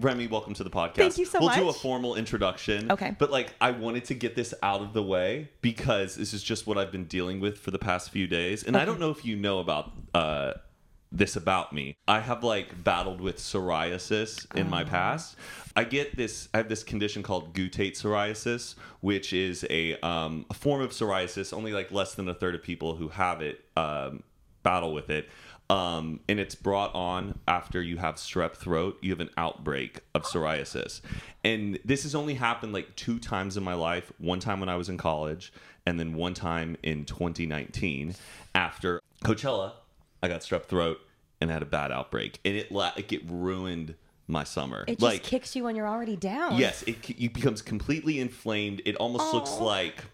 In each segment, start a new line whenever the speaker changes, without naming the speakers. Remy, welcome to the podcast.
Thank you so
we'll do a
much.
formal introduction.
Okay.
But like I wanted to get this out of the way because this is just what I've been dealing with for the past few days. And I don't know if you know about uh this about me. I have like battled with psoriasis in my past. I get this I have this condition called gutate psoriasis, which is a um a form of psoriasis only like less than a third of people who have it um battle with it. Um, and it's brought on after you have strep throat, you have an outbreak of psoriasis. And this has only happened like two times in my life one time when I was in college, and then one time in 2019 after Coachella, I got strep throat and had a bad outbreak. And it la- like it ruined my summer.
It just
like,
kicks you when you're already down.
Yes, it, c- it becomes completely inflamed. It almost looks
Aw.
like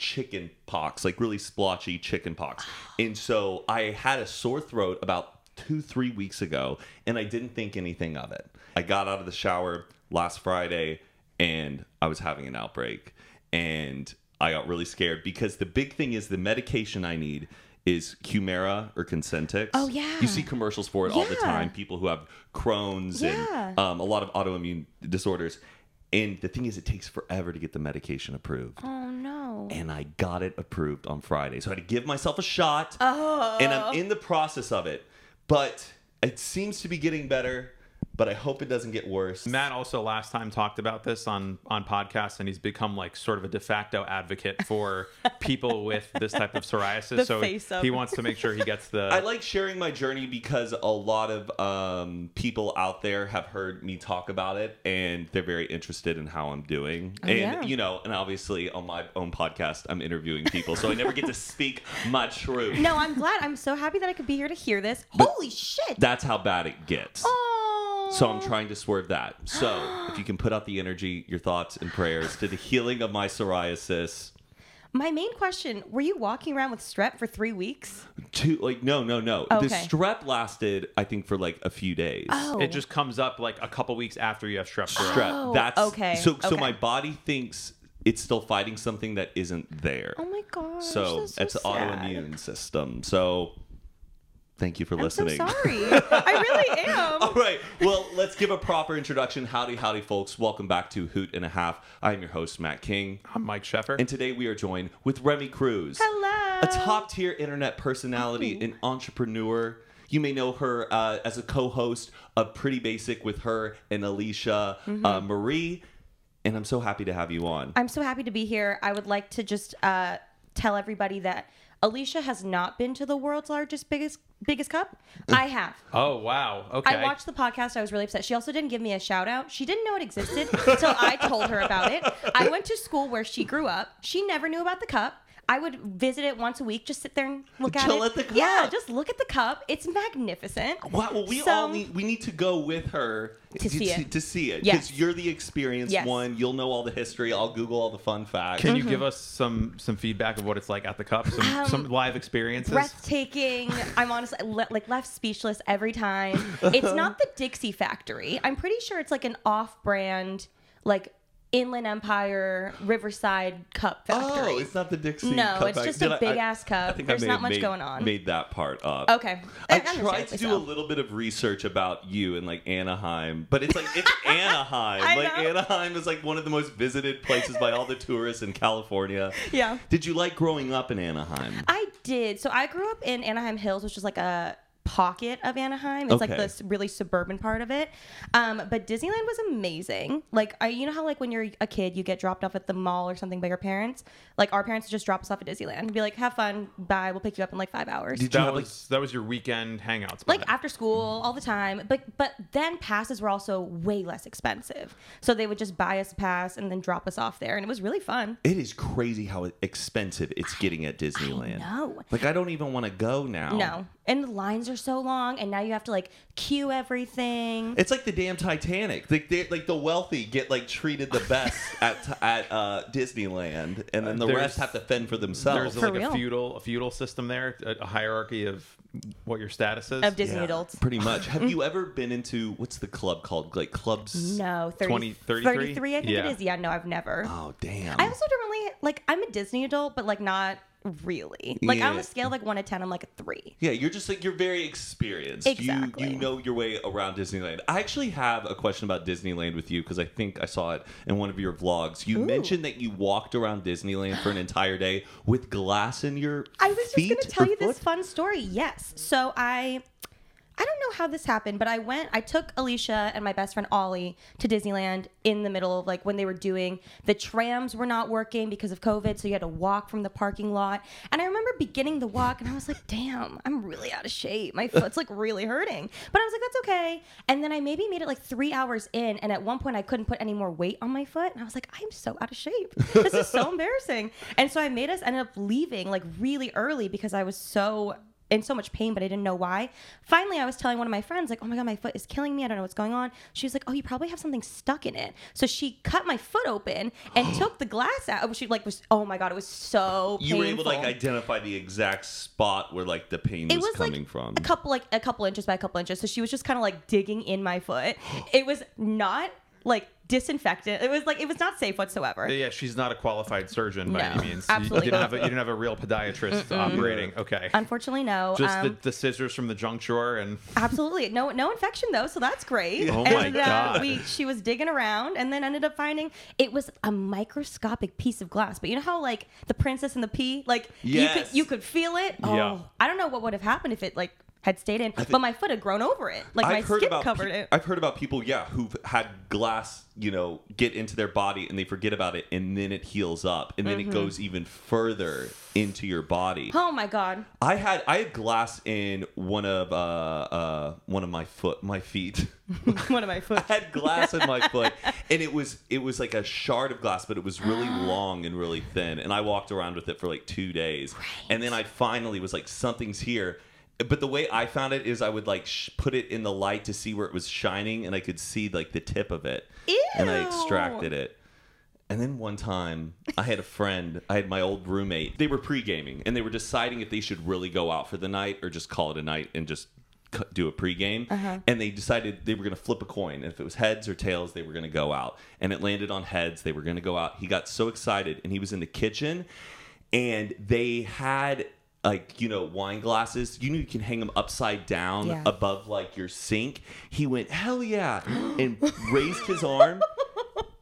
chicken pox, like really splotchy chicken pox. And so I had a sore throat about two, three weeks ago, and I didn't think anything of it. I got out of the shower last Friday and I was having an outbreak. And I got really scared because the big thing is the medication I need is Humira or Consentix.
Oh, yeah.
You see commercials for it all the
Yeah.
time. People who have Crohn's
Yeah.
and um, a lot of autoimmune disorders. And the thing is, it takes forever to get the medication approved.
Oh no.
And I got it approved on Friday. So I had to give myself a shot. And I'm in the process of it. But it seems to be getting better, but I hope it doesn't get worse.
Matt also last time talked about this on on podcasts, and he's become like sort of a de facto advocate for people with this type of psoriasis.
The
so
face of-
he wants to make sure he gets the.
I like sharing my journey because a lot of um, people out there have heard me talk about it and they're very interested in how I'm doing. and
yeah.
you know, and obviously on my own podcast, I'm interviewing people, so I never get to speak my truth.
No, I'm glad. I'm so happy that I could be here to hear this. Holy shit.
That's how bad it gets.
oh.
So I'm trying to swerve that. So if you can put out the energy, your thoughts and prayers to the healing of my psoriasis.
My main question, were you walking around with strep for 3 weeks?
To like no no no. The
Okay.
strep lasted I think for like a few days.
Oh.
it just comes up like a couple weeks after you have strep throat.
strep.
Oh,
That's
okay,
So so
okay.
my body thinks it's still fighting something that isn't there.
Oh my gosh.
so
that's so
it's
sad.
autoimmune system. So thank you for
I'm so
listening. Oh,
sorry. I really am.
All right. Well, let's give a proper introduction. Howdy, howdy, folks. Welcome back to Hoot and a Half. I am your host, Matt King.
I'm Mike Sheffer.
And today we are joined with Remy Cruz.
Hello.
A top tier internet personality and entrepreneur. You may know her uh, as a co host of Pretty Basic with her and Alicia
Mm-hmm.
uh, Marie. And I'm so happy to have you on.
I'm so happy to be here. I would like to just uh, tell everybody that Alicia has not been to the world's largest biggest biggest cup.
Mm.
I have.
oh wow. Okay.
I watched the podcast. I was really upset. She also didn't give me a shout out. She didn't know it existed until I told her about it. I went to school where she grew up. She never knew about the cup. I would visit it once a week, just sit there and look at
Chill
it.
at the cup.
Yeah, just look at the cup. It's magnificent.
Wow, well, we
So-
all need we need to go with her
To see it.
to see it because
Yes.
you're the experienced
Yes.
one. You'll know all the history. I'll Google all the fun facts.
Can you
Mm-hmm.
give us some some feedback of what it's like at the cup? Some
Um,
some live experiences.
breathtaking. I'm honestly le- like left speechless every time. It's not the Dixie Factory. I'm pretty sure it's like an off-brand, like Inland Empire Riverside Cup Factory.
Oh, it's not the Dixie.
No,
cup
it's
I-
just
did
a
I- I-
big ass cup.
I think I
There's
may
not
have
much
made-
going on.
Made that part up.
okay.
I
understand
tried to do a
myself.
little bit of research about you and like Anaheim, but it's like it's Anaheim.
I
like
know.
Anaheim is like one of the most visited places by all the tourists in California.
Yeah.
Did you like growing up in Anaheim?
I did. So I grew up in Anaheim Hills, which is like a pocket of Anaheim. It's like
Okay.
this really suburban part of it. Um, but Disneyland was amazing. Like I, you know how like when you're a kid, you get dropped off at the mall or something by your parents. Like our parents would just drop us off at Disneyland and be like, "Have fun, bye. We'll pick you up in like five hours."
Did you
That
have like
was that was your weekend hangouts.
like
plan.
after school all the time but but then passes were also way less expensive so they would just buy us a pass and then drop us off there and it was really fun
It is crazy how expensive it's getting at Disneyland.
know.
Like I don't even want to go now.
no and the lines are so long and now you have to like queue everything
It's like the damn Titanic. Like they, like the wealthy get like treated the best at at uh, Disneyland, and then the
Uh, There's-
rest have to fend for
there's
themselves.
For
like
real.
a feudal a feudal system there, a, a hierarchy of what your status is.
of Disney
Yeah,
adults.
Pretty much. Have you ever been into what's the club called? Like clubs?
No, 30,
20,
33?
33?
I think
Yeah.
it is. Yeah, no, I've never.
Oh damn.
I also don't really like. I'm a Disney adult, but like not really. Like on
Yeah.
the scale of like one to ten, I'm like a three.
Yeah, you're just like you're very experienced.
Exactly.
You you know your way around Disneyland. I actually have a question about Disneyland with you because I think I saw it in one of your vlogs. You
Ooh.
mentioned that you walked around Disneyland for an entire day with glass in your
I was just
feet
going to tell
or
you this
foot?
fun story. Yes. So I I don't know how this happened, but I went I took Alicia and my best friend Ollie to Disneyland in the middle of like when they were doing the trams were not working because of COVID, so you had to walk from the parking lot. And I remember beginning the walk and I was like, "Damn, I'm really out of shape. My foot's like really hurting." But I was like, "That's okay." And then I maybe made it like 3 hours in and at one point I couldn't put any more weight on my foot, and I was like, "I'm so out of shape. This is so embarrassing." And so I made us end up leaving like really early because I was so in so much pain, but I didn't know why. Finally, I was telling one of my friends, like, oh my God, my foot is killing me. I don't know what's going on. She was like, oh, you probably have something stuck in it. So she cut my foot open and took the glass out. She, like, was, oh my God, it was so
You
painful.
were able to like identify the exact spot where like the pain
it
was,
was
coming
like
from.
a couple like a couple inches by a couple inches. So she was just kind of like digging in my foot. It was not like disinfectant. It was like it was not safe whatsoever.
Yeah, she's not a qualified surgeon by
No,
any means.
absolutely
You, didn't
not.
have a, you didn't have a real podiatrist operating. Okay.
Unfortunately, no.
Just
um,
the, the scissors from the junk drawer and
Absolutely. No no infection though, so that's great.
Oh my
and uh,
God.
we she was digging around and then ended up finding it was a microscopic piece of glass. But you know how like the princess and the pea, like you
Yes.
could you could feel it? Oh
Yeah.
I don't know what would have happened if it like had stayed in. but my foot had grown over it. Like my skin
about
covered
pe-
it.
I've heard about people, yeah, who've had glass, you know, get into their body and they forget about it, and then it heals up, and
Mm-hmm.
then it goes even further into your body.
oh my god.
I had I had glass in one of uh, uh, one of my foot my feet.
One of my foot.
I had glass in my foot, and it was it was like a shard of glass, but it was really long and really thin. And I walked around with it for like two days, and then I finally was like, something's here. But the way I found it is I would like sh- put it in the light to see where it was shining, and I could see like the tip of it, and I
Ew.
extracted it. And then one time, I had a friend, I had my old roommate. They were pre gaming and they were deciding if they should really go out for the night or just call it a night and just c- do a pre game. And they decided they were going to flip a coin. If it was heads or tails, they were going to go out. And it landed on heads. They were going to go out. He got so excited and he was in the kitchen and they had. Like, you know, wine glasses, you know, you can hang them upside down
Yeah.
above like your sink. He went, hell yeah, and raised his arm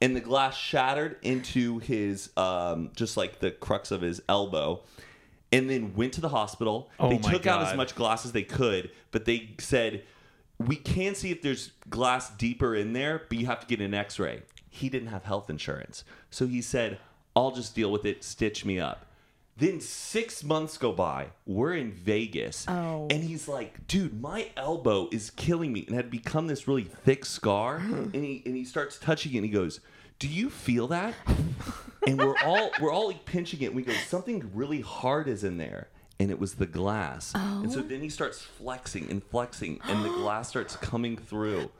and the glass shattered into his um just like the crux of his elbow and then went to the hospital
Oh
they
my
took out as
God.
much glass as they could but they said we can see if there's glass deeper in there but you have to get an x-ray he didn't have health insurance so he said i'll just deal with it stitch me up then six months go by we're in vegas
Oh.
and he's like, dude, my elbow is killing me. And had become this really thick scar. and he and he starts touching it and he goes, Do you feel that? and we're all we're all like pinching it and we go, Something really hard is in there. And it was the glass. And
Oh.
so then he starts flexing and flexing and the glass starts coming through.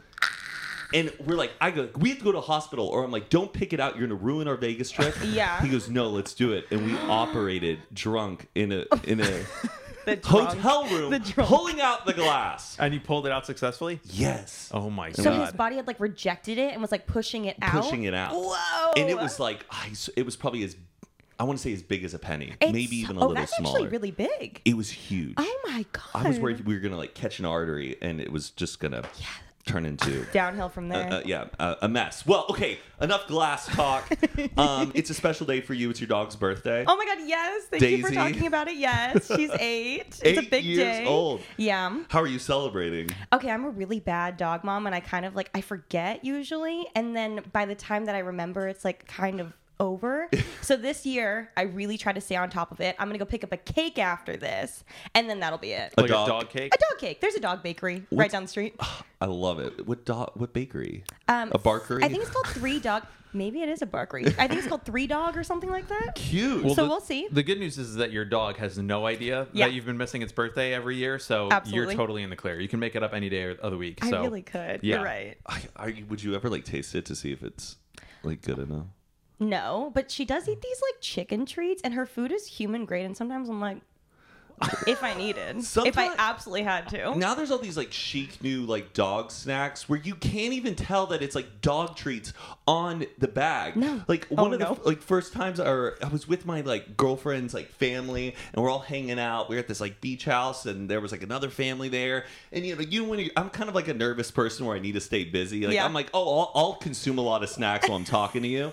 And we're like, I go, we have to go to hospital, or I'm like, don't pick it out. You're gonna ruin our Vegas trip.
Yeah.
He goes, no, let's do it. And we operated drunk in a in a
The
hotel room
The drunk.
pulling out the glass.
and you pulled it out successfully.
Yes.
Oh my
So his
god!
body had like rejected it and was like pushing it out.
Pushing it out.
Whoa.
And it was like I s- it was probably as I want to say as big as a penny,
It's-
maybe even a
oh,
little
that's
smaller.
actually really big.
it was huge.
Oh my god.
I was worried we were gonna like catch an artery and it was just gonna turn into
downhill from there.
uh, yeah, uh, a mess. Well, okay, enough glass talk. um, it's a special day for you. It's your dog's birthday.
Oh my God, yes. Thank you for
Daisy.
talking about it. Yes. She's eight. it's a
Eight
big
years
day.
old.
Yeah.
How are you celebrating?
Okay, I'm a really bad dog mom and I kind of like I forget usually and then by the time that I remember it's like kind of over. so this year I really try to stay on top of it. I'm gonna go pick up a cake after this and then that'll be it.
A
Like
dog-
a dog cake.
A dog cake. There's a dog bakery right down the street.
I love it. What dog? What bakery?
Um,
a barkery.
I think it's called Three Dog. Maybe it is a barkery. I think it's called Three Dog or something like that.
cute.
So we'll see.
The good news is that your dog has no idea
Yeah.
that you've been missing its birthday every year, so
Absolutely.
you're totally in the clear. You can make it up any day of the week. So
I really could.
yeah.
You're right.
I, are you, would you ever like taste it to see if it's like good enough? Mm.
No, but she does eat these like chicken treats, and her food is human grade. And sometimes I'm like, if I needed, if I
Sometime-
absolutely had to.
Now there's all these like chic new like dog snacks where you can't even tell that it's like dog treats on the bag.
No.
Like
Oh,
one of
no.
the like first times or I was with my like girlfriend's like family and we're all hanging out. We were at this like beach house and there was like another family there. And you know, you know when you I'm kind of like a nervous person where I need to stay busy. Like
Yeah.
I'm like, oh, I'll, I'll consume a lot of snacks while I'm talking to you.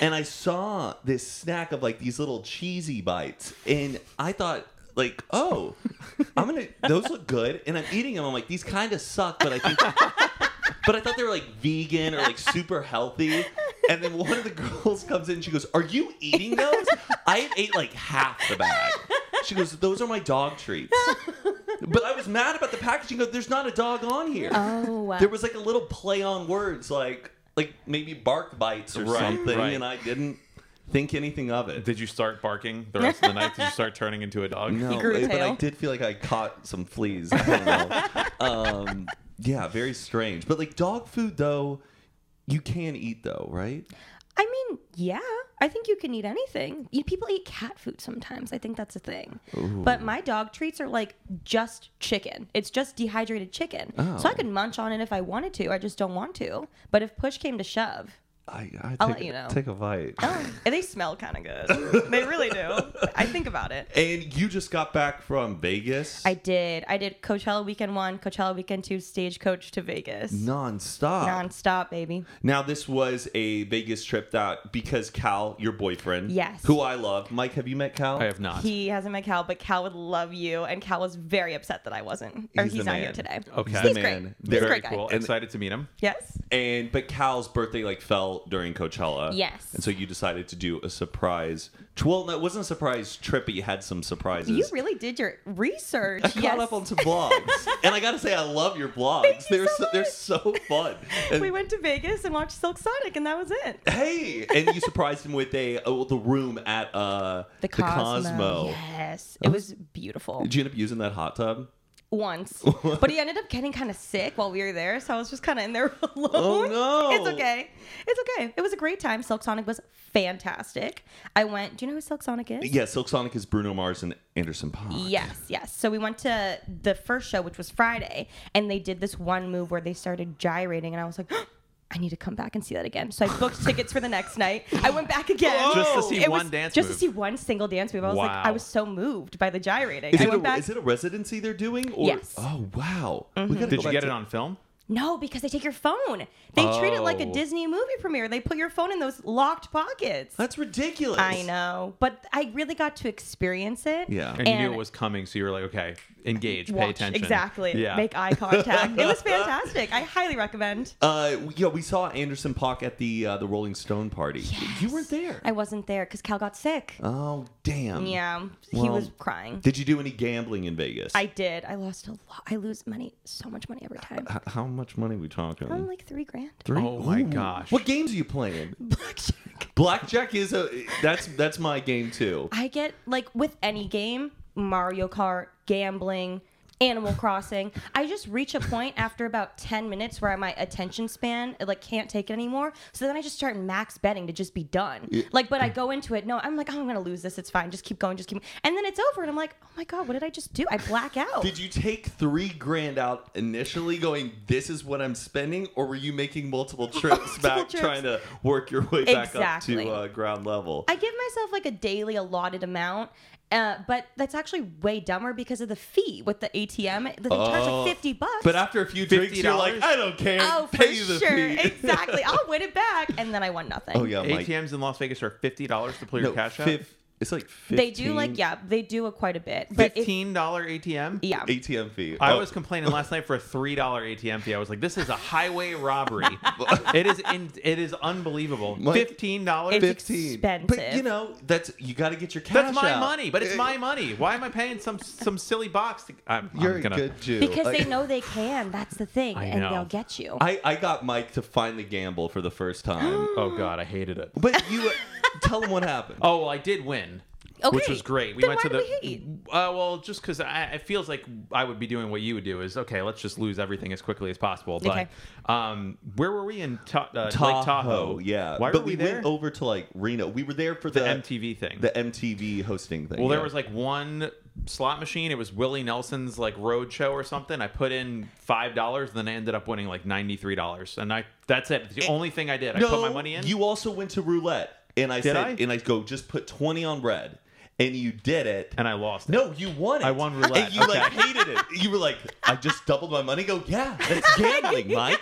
and I saw this snack of like these little cheesy bites, and I thought like, oh, I'm gonna those look good, and I'm eating them. I'm like, these kind of suck, but I think. But I thought they were like vegan or like super healthy. And then one of the girls comes in and she goes, Are you eating those? I ate like half the bag. She goes, Those are my dog treats. But I was mad about the packaging. Go, There's not a dog on here
Oh wow.
there was like a little play on words like like maybe bark bites or
Right,
something
right.
and i didn't think anything of it
Did you start barking the rest of the night? Did you start turning into a dog?
no
grew a
but i
tail.
did feel like i caught some fleas I don't know. um, yeah very strange but like dog food though you can eat though right
I mean, yeah, I think you can eat anything. You, people eat cat food sometimes. I think that's a thing. But my dog treats are like just chicken. It's just dehydrated chicken. So I
Oh.
could munch on it if I wanted to. I just don't want to. But if push came to shove,
i, I
I'll
take,
let you know.
take a bite
oh, and they smell kind of good. they really do. I think about it.
and you just got back from vegas
I did. I did Coachella weekend one, Coachella weekend two, stagecoach to Vegas.
non-stop
Nonstop, baby.
now this was a vegas trip that because cal your boyfriend
Yes.
who i love mike have you met cal
I have not.
He hasn't met Cal, but Cal would love you. And Cal was very upset that I wasn't, or
He's
he's,
the
not
man.
here today.
Okay.
He's
he's
the man.
great. He's a
Very
great guy.
cool. Excited to meet him.
Yes.
And but Cal's birthday like fell during Coachella.
Yes.
And so you decided to do a surprise. Well, no, it wasn't a surprise trip, but you had some surprises.
You really did your research.
I caught
yes.
up on some blogs, and I gotta say, I love your blogs.
you
they're
so
they're
much.
so fun. And,
we went to Vegas and watched Silk Sonic, and that was it.
hey, and you surprised him with a oh, the room at uh
The Cosmo. Yes. It was beautiful.
Did you end up using that hot tub?
Once. but he ended up getting kind of sick while we were there, so I was just kind of in there alone.
Oh, no.
It's okay. It's okay. It was a great time. Silk Sonic was fantastic. I went, do you know who Silk Sonic is?
Yeah, Silk Sonic is Bruno Mars and Anderson Paak.
Yes, yes. So we went to the first show, which was Friday, and they did this one move where they started gyrating, and I was like, I need to come back and see that again. So I booked tickets for the next night. I went back again
Just to see
It
one
was-
dance
just
move.
to see one single dance move. I was
Wow.
like, I was so moved by the gyrating.
Is
I
it,
went
a,
back.
is it a residency they're doing? Or,
Yes. Mm-hmm.
Oh wow. We gotta
Did
go
you
back
get
to-
it on film?
no, because they take your phone. They treat it like a
Oh.
Disney movie premiere. They put your phone in those locked pockets.
That's ridiculous.
I know, but I really got to experience it.
Yeah.
And, you knew
And-
it was coming, so you were like, okay, engage, pay
Watch,
attention.
Exactly.
Yeah.
Make eye contact. it was fantastic. I highly recommend.
Uh, we- yeah, we saw Anderson Pock at the uh, the Rolling Stone party. You weren't there.
I wasn't there because Cal got sick.
oh damn.
yeah, he
well,
was crying.
Did you do any gambling in Vegas?
I did. I lost a lot. I lose money, so much money every time.
H- how much money we talking?
I'm like three grand.
Three?
Oh my gosh.
What games are you playing?
Blackjack.
Blackjack is a that's that's my game too.
I get like with any game, Mario Kart, gambling, Animal Crossing. I just reach a point after about ten minutes where my attention span it, like can't take it anymore. So then I just start max betting to just be done. Like, but I go into it. No, I'm like, oh, I'm gonna lose this. It's fine. Just keep going. Just keep. And then it's over, and I'm like, oh my god, what did I just do? I black out.
Did you take three grand out initially, going this is what I'm spending, or were you making multiple trips
Multiple
back,
trips.
trying to work your way back up
Exactly.
to uh, ground level?
I give myself like a daily allotted amount, uh, but that's actually way dumber because of the fee with the ATM. They charge
Oh.
like fifty bucks.
but after a few drinks, you're like,
$50?
I don't care.
oh, for
pay the
sure,
fee.
exactly. I'll win it back, and then I won nothing.
oh yeah, Mike.
ATMs in Las Vegas are fifty dollars to pull your cash out.
fif- It's like 15,
they do like yeah, they do it quite a bit. But if,
Fifteen dollar ATM.
yeah,
ATM fee.
I
Oh,
was complaining last night for a three dollar ATM fee. I was like, "This is a highway robbery. it is. In, it is unbelievable.
Mike-
Fifteen dollars.
It's-
fifteen. But
expensive.
you know that's you got to get your cash.
That's my
out.
money. But it's
Uh,
my money. Why am I paying some some silly box? To, I'm, I'm
You're
gonna.
a good Jew.
because
Like,
they know they can. That's the thing,
I
and
know.
they'll get you.
I I got Mike to finally gamble for the first time.
Oh God, I hated it.
but you tell him what happened.
Oh well, I did win. Which
Okay,
was great. We
then
went
why
to
do
the.
we hate?
Uh, well, just because it feels like I would be doing what you would do is okay. Let's just lose everything as quickly as possible. But
Okay.
um, where were we in Ta- uh,
Tahoe,
Lake Tahoe?
yeah.
Why
but
were we,
went
there?
over to like Reno. We were there for the,
the MTV thing.
the MTV hosting thing.
well, there
yeah.
was like one slot machine. It was Willie Nelson's like road show or something. I put in five dollars, and then I ended up winning like ninety three dollars. And I that's it. It's the only thing I did. I put my money in.
Eh, You also went to roulette, and I
Did
said,
I?
and I go, just put twenty on red, and you did it.
and I lost. it.
no, you won it.
I won roulette,
And you like hated it. You were like, I just doubled my money. Go, yeah, that's gambling, Mike.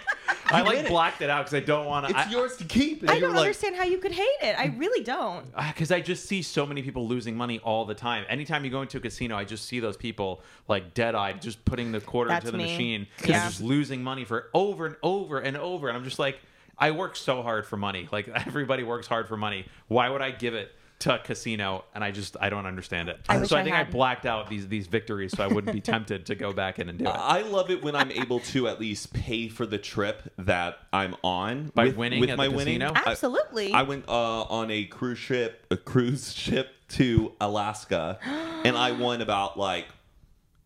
I
You
like
did it.
blocked it out because I don't want
It's
to.
yours to keep. And
I
you
don't
were like,
understand how you could hate it. I really don't.
Because Ah, I just see so many people losing money all the time. Anytime you go into a casino, I just see those people like dead eyed, just putting the quarter
That's
into the
me.
machine and
Yeah.
just losing money for over and over and over. And I'm just like, I work so hard for money. Like everybody works hard for money. Why would I give it to a casino? And I just I don't understand it.
I wish
so I
I
think I
had.
blacked out these these victories, so I wouldn't be tempted to go back in and do it.
I love it when I'm able to at least pay for the trip that I'm on
By
with,
winning
with
at
my
the
winning.
casino?
I-
Absolutely.
I, went uh, on a cruise ship, a cruise ship to Alaska, and I won about like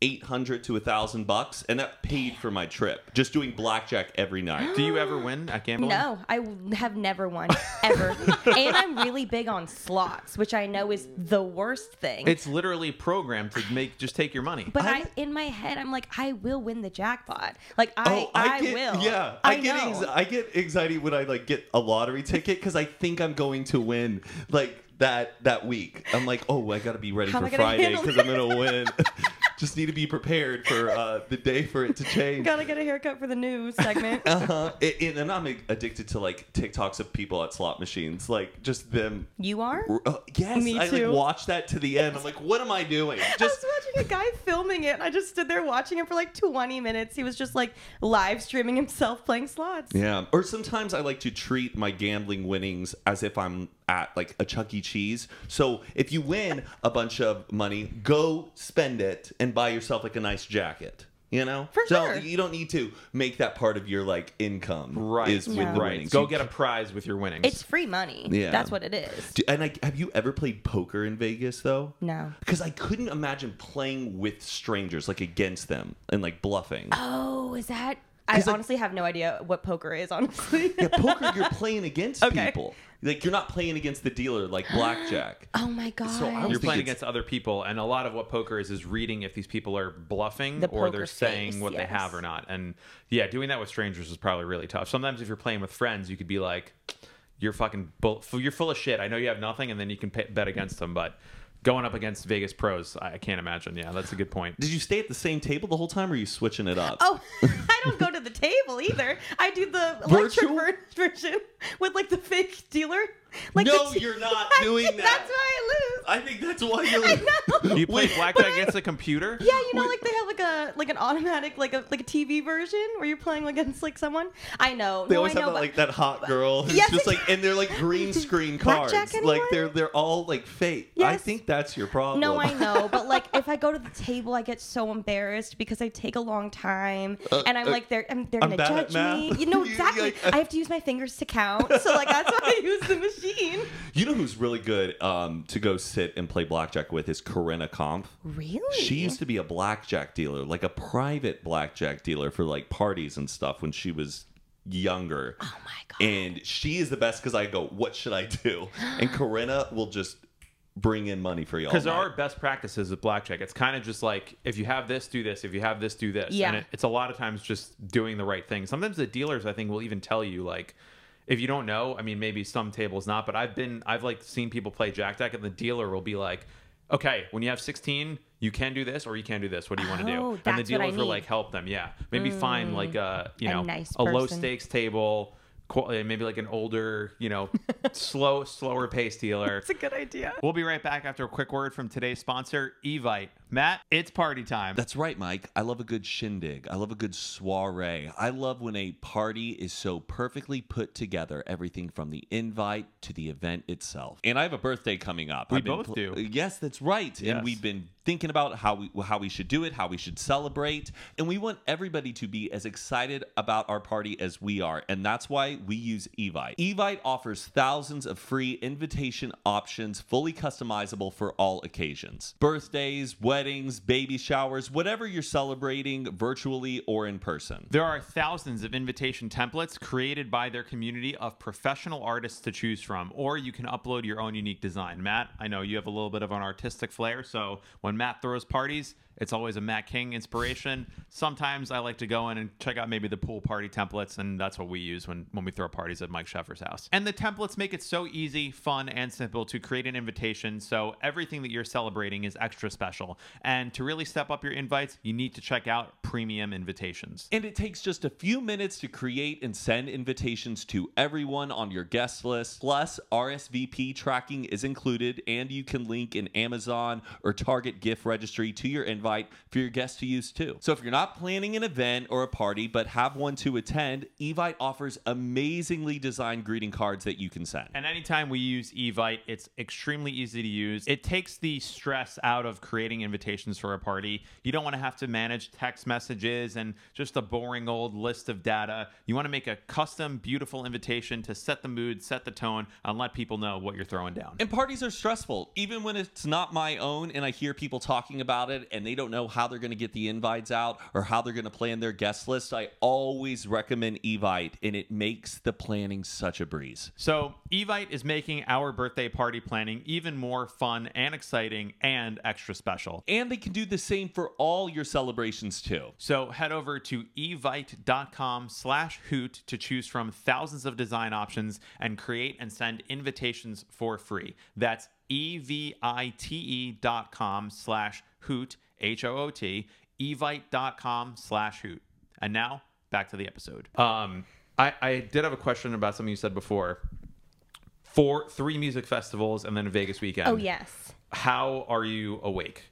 eight hundred to a thousand bucks, and that paid for my trip. Just doing blackjack every night.
do you ever win at gambling?
No, I w- have never won ever, and I'm really big on slots, which I know is the worst thing.
It's literally programmed to make just take your money.
but
I-
I, in my head, I'm like, I will win the jackpot. Like I, I,
Oh, get,
will.
Yeah, I,
I,
get
know.
anxi- I get anxiety when I like get a lottery ticket because I think I'm going to win like that that week. I'm like, oh, I got to be ready
How am
for
I gonna
Friday
handle
because I'm gonna win. Just need to be prepared for uh, the day for it to change.
Gotta get a haircut for the news segment.
Uh-huh. It- it- and I'm addicted to like TikToks of people at slot machines, like just them.
you are.
Uh, yes,
Me
I like
too.
watch that to the end. I'm like, what am I doing? Just
I was watching a guy filming it. and I just stood there watching him for like 20 minutes. He was just like live streaming himself playing slots.
Yeah. Or sometimes I like to treat my gambling winnings as if I'm at like a Chuck E. Cheese. So if you win a bunch of money, go spend it and buy yourself like a nice jacket. You know?
For
so
sure.
you don't need to make that part of your like income.
Right.
Is with
No.
the
right.
winnings.
Go
You-
get a prize with your winnings.
It's free money.
Yeah.
That's what it is.
Do- and I, have you ever played poker in Vegas though?
No.
Because I couldn't imagine playing with strangers, like against them and like bluffing.
Oh, is that? I
'Cause, like-
honestly have no idea what poker is, honestly.
Yeah, poker, you're playing against
Okay.
people. Like you're not playing against the dealer like blackjack.
Oh my god.
So I
You're
was- think
playing
it's-
against other people, and a lot of what poker is is reading if these people are bluffing
The
or they're
poker
saying
face,
what they
yes.
have or not. And yeah, doing that with strangers is probably really tough. Sometimes if you're playing with friends, you could be like, "You're fucking, bull- you're full of shit." I know you have nothing, and then you can pay- bet against them. But going up against Vegas pros, I I can't imagine. Yeah, that's a good point.
Did you stay at the same table the whole time, or are you switching it up?
Oh, I don't go to the table either. I do the electric
Virtual?
ver- version with like the fake dealer. Like
No,
the t-
you're not
I
doing
do-
that.
That's why
I think that's why
I
you're.
lose. I know.
You play
Wait,
blackjack against a computer?
Yeah, you know, like they have like a like an automatic like a like a TV version where you're playing against like someone. I know.
They
no,
always
I know.
have that,
but-
like that hot girl who's
Yes,
just like, and they're like green screen cards,
Blackjack
like
anyone?
they're they're all like fake. I
Yes.
think that's your problem.
No, I know, but like if I go to the table, I get so embarrassed because I take a long time, and I'm
uh,
like they're I'm, they're
I'm
gonna
bad at
judge me.
math.
You know
You,
exactly.
like, uh,
I have to use my fingers to count, so like that's why I use the machine.
You know who's really good um, to go sit and play blackjack with is Corinna Kampf.
Really?
She used to be a blackjack dealer, like a private blackjack dealer for like parties and stuff when she was younger.
Oh my god.
And she is the best because I go, what should I do? And Corinna will just bring in money for y'all.
Because there
night.
are best practices with blackjack. It's kind of just like if you have this, do this. If you have this, do this.
Yeah.
And it, it's a lot of times just doing the right thing. Sometimes the dealers, I think, will even tell you like, if you don't know, I mean, maybe some tables not, but I've been, I've like seen people play jack jack, and the dealer will be like, okay, when you have sixteen, you can do this or you can do this. What do you want to
Oh,
do? And the
that's what I
dealers will
need. Mm.
like help them. Yeah, maybe find like a you
A
know
nice
a low
person.
stakes table. qu- uh, Maybe like an older, you know, slow, slower pace dealer.
It's a good idea.
We'll be right back after a quick word from today's sponsor, Evite. Matt, it's party time.
That's right, Mike. I love a good shindig. I love a good soiree. I love when a party is so perfectly put together, everything from the invite to the event itself. And I have a birthday coming up. We
both do.
Yes, that's right.
Yes.
And we've been thinking about how we how we should do it, how we should celebrate, and we want everybody to be as excited about our party as we are, and that's why we use Evite. Evite offers thousands of free invitation options, fully customizable for all occasions: birthdays, weddings weddings, baby showers, whatever you're celebrating virtually or in person.
There are thousands of invitation templates created by their community of professional artists to choose from, or you can upload your own unique design. Matt, I know you have a little bit of an artistic flair, so when Matt throws parties, it's always a Matt King inspiration. Sometimes I like to go in and check out maybe the pool party templates, and that's what we use when, when we throw parties at Mike Sheffer's house. And the templates make it so easy, fun, and simple to create an invitation, so everything that you're celebrating is extra special. And to really step up your invites, you need to check out Premium Invitations.
And it takes just a few minutes to create and send invitations to everyone on your guest list. Plus, RSVP tracking is included, and you can link an Amazon or Target gift registry to your invite for your guests to use too. So, if you're not planning an event or a party but have one to attend, Evite offers amazingly designed greeting cards that you can send.
And anytime we use Evite, it's extremely easy to use. It takes the stress out of creating invitations for a party. You don't want to have to manage text messages and just a boring old list of data. You want to make a custom, beautiful invitation to set the mood, set the tone, and let people know what you're throwing down.
And parties are stressful, even when it's not my own and I hear people talking about it and they don't know how they're going to get the invites out or how they're going to plan their guest list. I always recommend Evite and it makes the planning such a breeze.
So, Evite is making our birthday party planning even more fun and exciting and extra special.
And they can do the same for all your celebrations too.
So head over to evite.com slash hoot to choose from thousands of design options and create and send invitations for free. That's E E-V-I-T-E E dot com slash hoot, H-O-O-T, evite.com slash hoot. And now back to the episode. Um, I, I did have a question about something you said before. Four, three music festivals and then a Vegas weekend.
Oh yes.
How are you awake?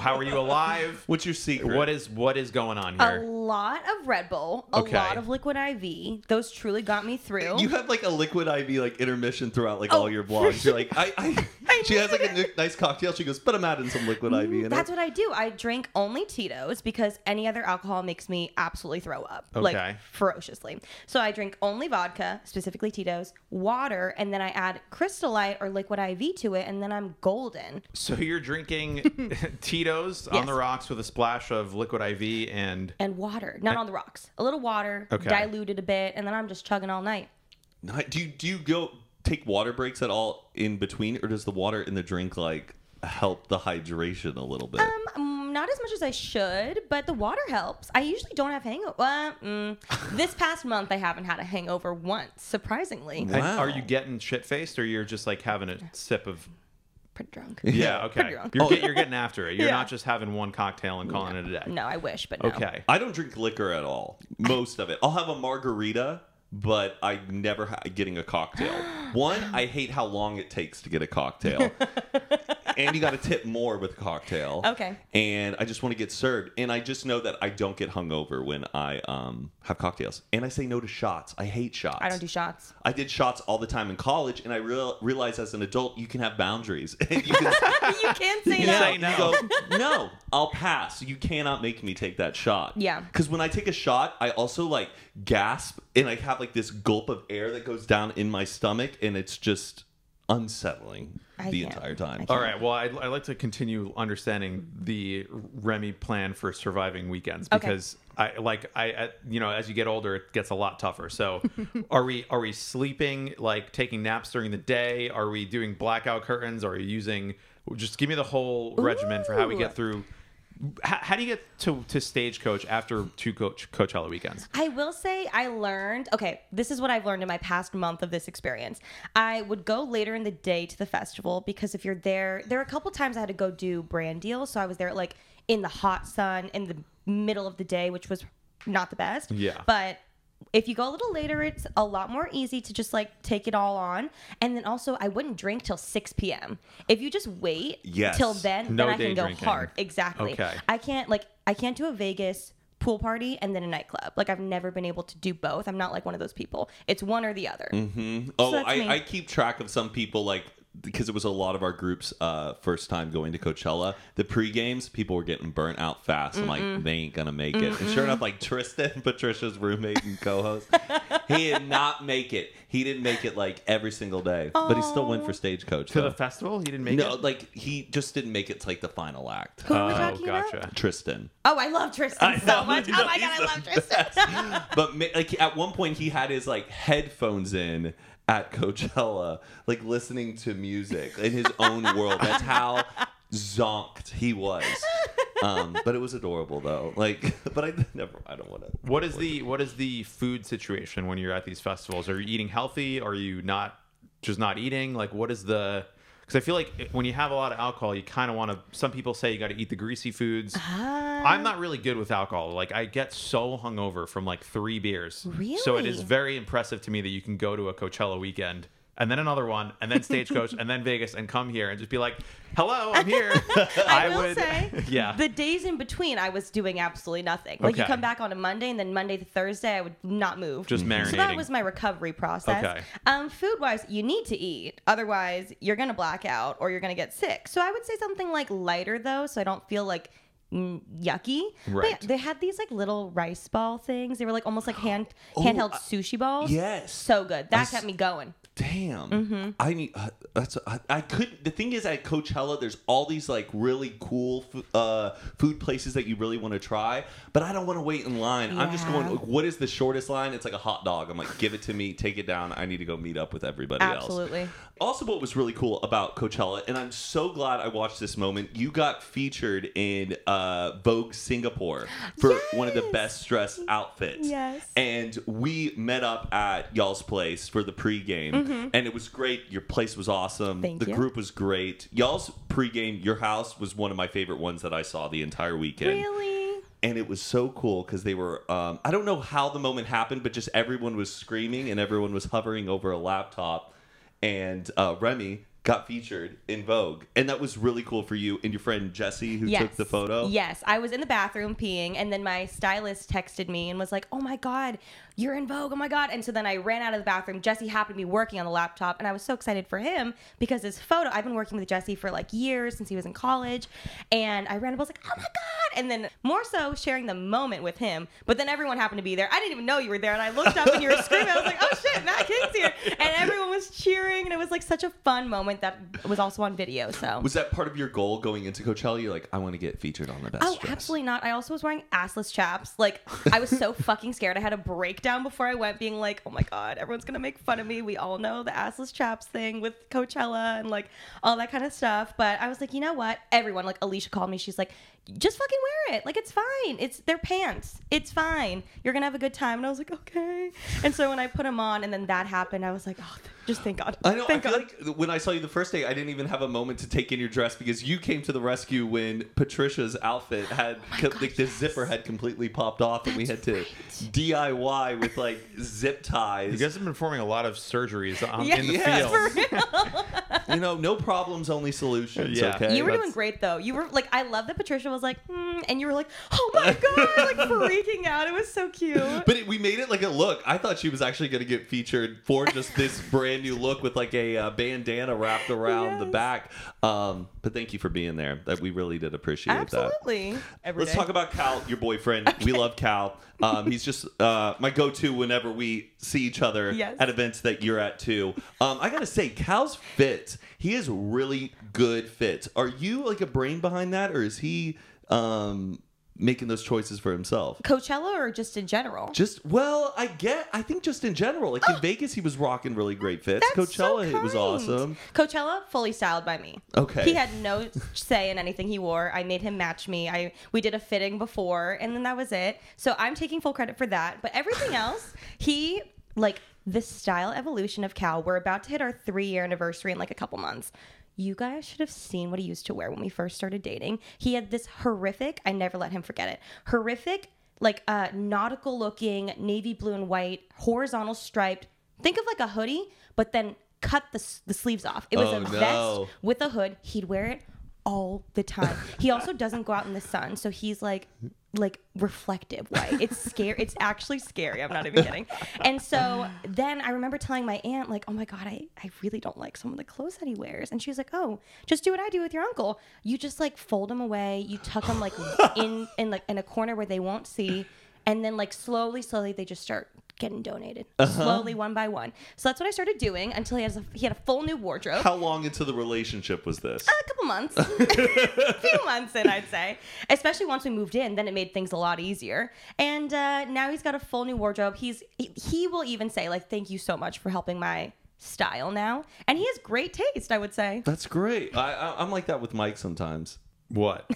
How are you alive?
What's your secret?
What is what is going on
A
here?
lot of Red Bull, a
Okay.
lot of Liquid IV. Those truly got me through.
You have like a liquid IV like intermission throughout like
Oh.
all your vlogs. You're like I, I,
I
she has
needed
like a ni- nice cocktail. She goes, but I'm adding some liquid IV in
That's
it.
what I do. I drink only Tito's because any other alcohol makes me absolutely throw up,
Okay.
like ferociously. So I drink only vodka, specifically Tito's, water, and then I add Crystal Light or Liquid IV to it, and then I'm golden.
So you're drinking Tito's on
Yes.
the rocks with a splash of liquid IV and
And water, not on the rocks. A little water,
Okay.
diluted a bit, and then I'm just chugging all night.
Not- do you do you go take water breaks at all in between, or does the water in the drink like help the hydration a little bit?
Um, mm, not as much as I should, but the water helps. I usually don't have hangover. Uh, mm. this past month, I haven't had a hangover once, surprisingly.
Wow.
and are you getting shit faced or you're just like having a sip of
Pretty drunk.
yeah okay
Pretty drunk.
you're, get, you're getting after it you're
Yeah.
not just having one cocktail and calling it a day
No, I wish, but no.
okay
I don't drink liquor at all. Most of it. I'll have a margarita, but I never ha- getting a cocktail. One, I hate how long it takes to get a cocktail. and you got to tip more with cocktail.
Okay.
And I just want to get served, and I just know that I don't get hungover when I um have cocktails. And I say no to shots. I hate shots.
I don't do shots.
I did shots all the time in college, and I real- realized as an adult you can have boundaries. you can
you can't say
you
no.
say no.
go, no, I'll pass. You cannot make me take that shot.
Yeah.
Because when I take a shot, I also like gasp and I have like this gulp of air that goes down in my stomach, and it's just unsettling
I
the
can't.
entire time.
all right well I'd, I'd like to continue understanding the Remy plan for surviving weekends
Okay.
because I like I I- you know as you get older it gets a lot tougher so are we are we sleeping like taking naps during the day are we doing blackout curtains are we using just give me the whole regimen for how we
Ooh.
get through how, how do you get to, to stagecoach after two coach Coachella weekends
I will say I learned, okay, this is what I've learned in my past month of this experience. I would go later in the day to the festival because if you're there, there are a couple times I had to go do brand deals. So I was there like in the hot sun in the middle of the day, which was not the best.
Yeah.
But if you go a little later, it's a lot more easy to just like take it all on. And then also, I wouldn't drink till 6 p.m. If you just wait
Yes.
till then,
No
then I
day
can go
drinking.
hard. Exactly.
Okay.
I can't like I can't do a Vegas pool party and then a nightclub. Like I've never been able to do both. I'm not like one of those people. It's one or the other.
Oh,
So that's me.
I, I keep track of some people like because it was a lot of our group's uh, first time going to Coachella. The pre games, people were getting burnt out fast. I'm like, they ain't gonna make it. And sure enough, like Tristan, Patricia's roommate and co-host, he did not make it. He didn't make it like every single day, but he still went for stagecoach.
to the
though.
festival. He didn't make
Uh, no,
it.
like he just didn't make it to like the final act. Uh,
Who are we
oh,
talking
gotcha.
about?
Tristan.
Oh, I love Tristan
I know,
so much.
you
Oh
know,
my god,
he's
I love Tristan.
but ma- like at one point he had his like headphones in at Coachella, like listening to music in his own world. That's how zonked he was. Um, but it was adorable though. Like, but I never. I don't want to.
What is the what is the food situation when you're at these festivals? Are you eating healthy? Are you not just not eating? Like what is the because I feel like it- when you have a lot of alcohol, you kind of want to. Some people say you got to eat the greasy foods.
Uh-huh.
I'm not really good with alcohol. Like I get so hungover from like three beers. So it is
Really?
very impressive to me that you can go to a Coachella weekend and then another one and then Stagecoach and then Vegas and come here and just be like, "Hello, I'm here."
I, will say,
yeah.
the days in between, I was doing absolutely nothing. Like you
Okay.
come back on a Monday, and then Monday to Thursday, I would not move.
Just
So that
marinating.
was my recovery process.
Okay.
Um, food wise, you need to eat, otherwise you're gonna black out or you're gonna get sick. So I would say something like lighter though, so I don't feel like. mm, Yucky. But
Right.
yeah, they had these like little rice ball things. They were like almost like hand
Oh, uh,
handheld sushi balls.
yes.
So good. That
s-
kept me going.
Damn.
Mm-hmm.
I need. Uh, that's. I, I could. The thing is, at Coachella, there's all these like really cool fu- uh, food places that you really want to try, but I don't want to wait in line. I'm just going.
Yeah.
Like, what is the shortest line? It's like a hot dog. I'm like, give it to me. Take it down. I need to go meet up with everybody else.
Absolutely.
Also, what was really cool about Coachella, and I'm so glad I watched this moment, you got featured in uh, Vogue Singapore for one of the
Yes.
best dressed outfits.
Yes.
And we met up at y'all's place for the pregame, and it was great. Your place was awesome.
Mm-hmm. Thank
the
you.
group was great. Y'all's pregame, your house was one of my favorite ones that I saw the entire weekend
Really?
and it was so cool because they were um, i don't know how the moment happened but just everyone was screaming and everyone was hovering over a laptop and uh, remy got featured in vogue and that was really cool for you and your friend jesse who took the photo
Yes, I was in the bathroom peeing, and then my stylist texted me and was like, "Oh my god, you're in Vogue! Oh my god!" And so then I ran out of the bathroom. Jesse happened to be working on the laptop, and I was so excited for him because his photo. I've been working with Jesse for like years since he was in college, and I ran up. I was like, "Oh my god!" And then more so sharing the moment with him. But then everyone happened to be there. I didn't even know you were there, and I looked up and you were screaming. I was like, "Oh shit, Matt King's here!" And everyone was cheering, and it was like such a fun moment that was also on video. So
was that part of your goal going into coachella you're like i want to get featured on the best
Oh,
dress.
absolutely not. I also was wearing assless chaps. Like, I was so fucking scared. I had a breakdown before I went, being like, oh my God, everyone's going to make fun of me. We all know the assless chaps thing with Coachella and like all that kind of stuff. But I was like, you know what? Everyone, like, Alicia called me. She's like, just fucking wear it. Like, it's fine. It's their pants. It's fine. You're going to have a good time. And I was like, okay. And so when I put them on and then that happened, I was like, oh, th- just thank God.
I know.
Thank
I feel
God.
like when I saw you the first day, I didn't even have a moment to take in your dress because you came to the rescue when Patricia's outfit had co-
God,
like the zipper had completely popped off, and we had to DIY with like zip ties.
you guys have been performing a lot of surgeries um,
Yeah,
in the
yes.
field.
For real.
you know, no problems, only solutions.
Yeah.
Okay,
You were
That's-
doing great though. You were like, I love that Patricia was like, mm, and you were like, oh my god, like freaking out. It was so cute.
But it, we made it like a look. I thought she was actually going to get featured for just this brand new look with like a uh, bandana wrapped around the
Yes.
back. Um, but thank you for being there. That we really did appreciate that.
Absolutely. Every
Let's talk about Cal, your boyfriend. We love Cal. Um, he's just uh, my go-to whenever we see each other
Yes.
at events that you're at too. Um, I gotta say, Cal's fit. He is really good fit. Are you like a brain behind that, or is he um, making those choices for himself?
Coachella or just in general.
Just well, I get. I think just in general, like in Vegas, he was rocking really great fits.
Oh! That's so
Coachella, it was
kind.
awesome.
Coachella, fully styled by me.
Okay.
He had no say in anything he wore. I made him match me. I we did a fitting before, and then that was it. So I'm taking full credit for that. But everything else, he like the style evolution of Cal. We're about to hit our three year anniversary in like a couple months. You guys should have seen what he used to wear when we first started dating. He had this horrific. I never let him forget it. Horrific. Like uh, nautical looking, navy blue and white, horizontal striped think of like a hoodie, but then cut the, s- the sleeves off. It was
Oh,
a
no.
vest with a hood. He'd wear it all the time. he also doesn't go out in the sun, so he's like like reflective white. It's scary. It's actually scary. I'm not even kidding. And so then I remember telling my aunt, like, oh my God, I, I really don't like some of the clothes that he wears. And she was like, oh, just do what I do with your uncle. You just like fold them away. You tuck them like in, in like in a corner where they won't see. And then like slowly, slowly, they just start getting donated slowly one by one. So that's what I started doing until he has a, he had a full new wardrobe.
How long into the relationship was this?
A couple months, a few months in, I'd say. Especially once we moved in, then it made things a lot easier. And uh, now he's got a full new wardrobe. He's he, he will even say like, "Thank you so much for helping my style now." And he has great taste, I would say.
That's great. I, I, I'm like that with Mike sometimes.
What?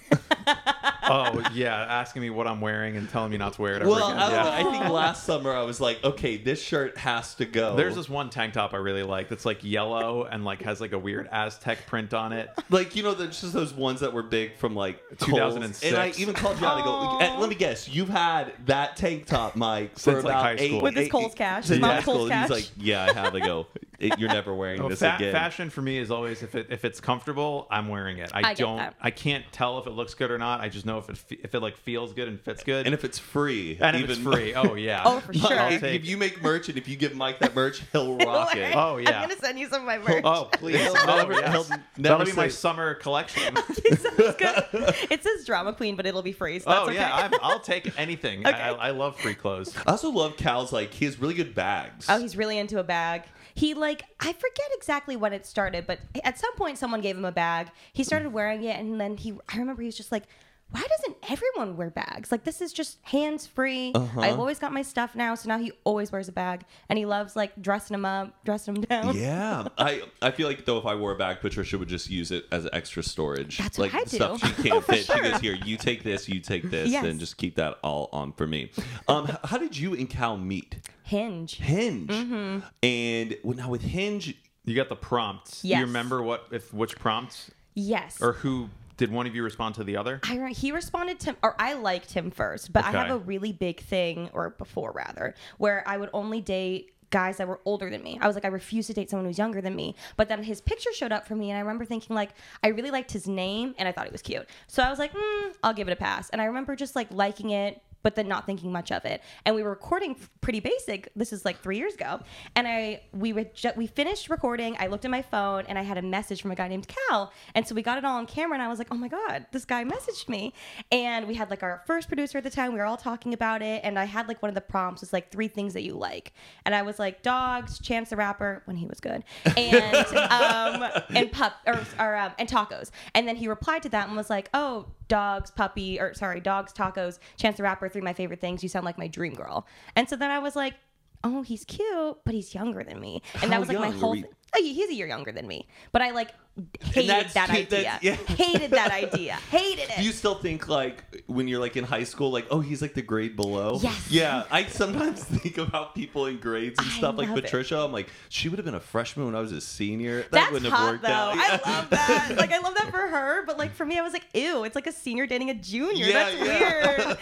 oh yeah, asking me what I'm wearing and telling me not to wear it. Ever
Well,
again.
I, don't
yeah.
know. I think last summer I was like, okay, this shirt has to go.
There's this one tank top I really like that's like yellow and like has like a weird Aztec print on it.
like you know, there's just those ones that were big from like Kohl's.
2006.
And I even called you out. I go,
Aw.
"Eh, let me guess, you've had that tank top, Mike, for
Since, like,
about
high school.
eight-
With his
eight-
Kohl's cash,
since
his mom's
high
Kohl's
school. And He's
cash.
like, yeah, I have. I go, "It- you're never wearing
Oh,
this
fa-
again.
fashion for me is always if it if it's comfortable, I'm wearing it. I,
I get
don't.
that.
I can't tell if it looks good or not. I just know if it fe- if it like feels good and fits good
And if it's free,
and if
even
it's free. Oh yeah.
Oh, for sure.
I'll
if,
take-
if you make merch and if you give Mike that merch, he'll rock it.
Oh, yeah.
I'm gonna send you some of my merch.
Oh please.
He'll
Oh,
never-
yes.
he'll never
That'll be my
say-
summer collection.
It sounds good. It says drama queen, but it'll be free. So that's
oh
okay.
yeah. I'm, I'll take anything.
Okay.
I, I, I love free clothes.
I also love Cal's like he has really good bags.
Oh, he's really into a bag. He like I forget exactly when it started, but at some point someone gave him a bag. He started wearing it, and then he I remember he was just like, "Why doesn't everyone wear bags? Like this is just hands free. I've always got my stuff now, so now he always wears a bag, and he loves like dressing him up, dressing him down.
Yeah, I I feel like though if I wore a bag, Patricia would just use it as extra storage.
That's
like
what I
the
do.
stuff she can't
Oh, for
fit. She
sure.
goes here. You take this. You take this,
Yes.
and just keep that all on for me. Um, h- how did you and Cal meet?
Hinge.
Hinge,
Mm-hmm.
and well, now with Hinge,
You got the prompt.
Yes.
You remember what if which prompt
Yes.
or who did one of you respond to the other?
I re- he responded to or I liked him first, but
Okay.
I have a really big thing or before rather where I would only date guys that were older than me. I was like I refuse to date someone who's younger than me. But then his picture showed up for me and I remember thinking like I really liked his name and I thought he was cute. So I was like, mm, I'll give it a pass. And I remember just like liking it but then not thinking much of it. And we were recording pretty basic. This is like three years ago, and I we were ju- we finished recording. I looked at my phone and I had a message from a guy named Cal, and so we got it all on camera. And I was like, oh my god, this guy messaged me. And we had like our first producer at the time. We were all talking about it, and I had like one of the prompts was like three things that you like, and I was like dogs, Chance the Rapper when he was good, and um and pup or, or um, and tacos. And then he replied to that and was like, oh dogs, puppy, or sorry, dogs, tacos, Chance the Rapper, three of my favorite things. You sound like my dream girl. And so then I was like, oh, he's cute, but he's younger than me. And
How
that was like my
young are
whole.
we-
thi- Oh, yeah, he's a year younger than me, but I like hated
that's
that
cute,
idea.
that's- yeah.
Hated that idea. Hated it.
do you still think like when you're like in high school, like oh he's like the grade below?
Yes.
Yeah, I sometimes think about people in grades and
I
stuff like
love it.
Patricia. I'm like she would have been a freshman when I was a senior. That
That's
wouldn't have
hot
worked
though.
out.
I love that. Like I love that for her, but like for me, I was like, ew, it's like a senior dating a junior. That's weird.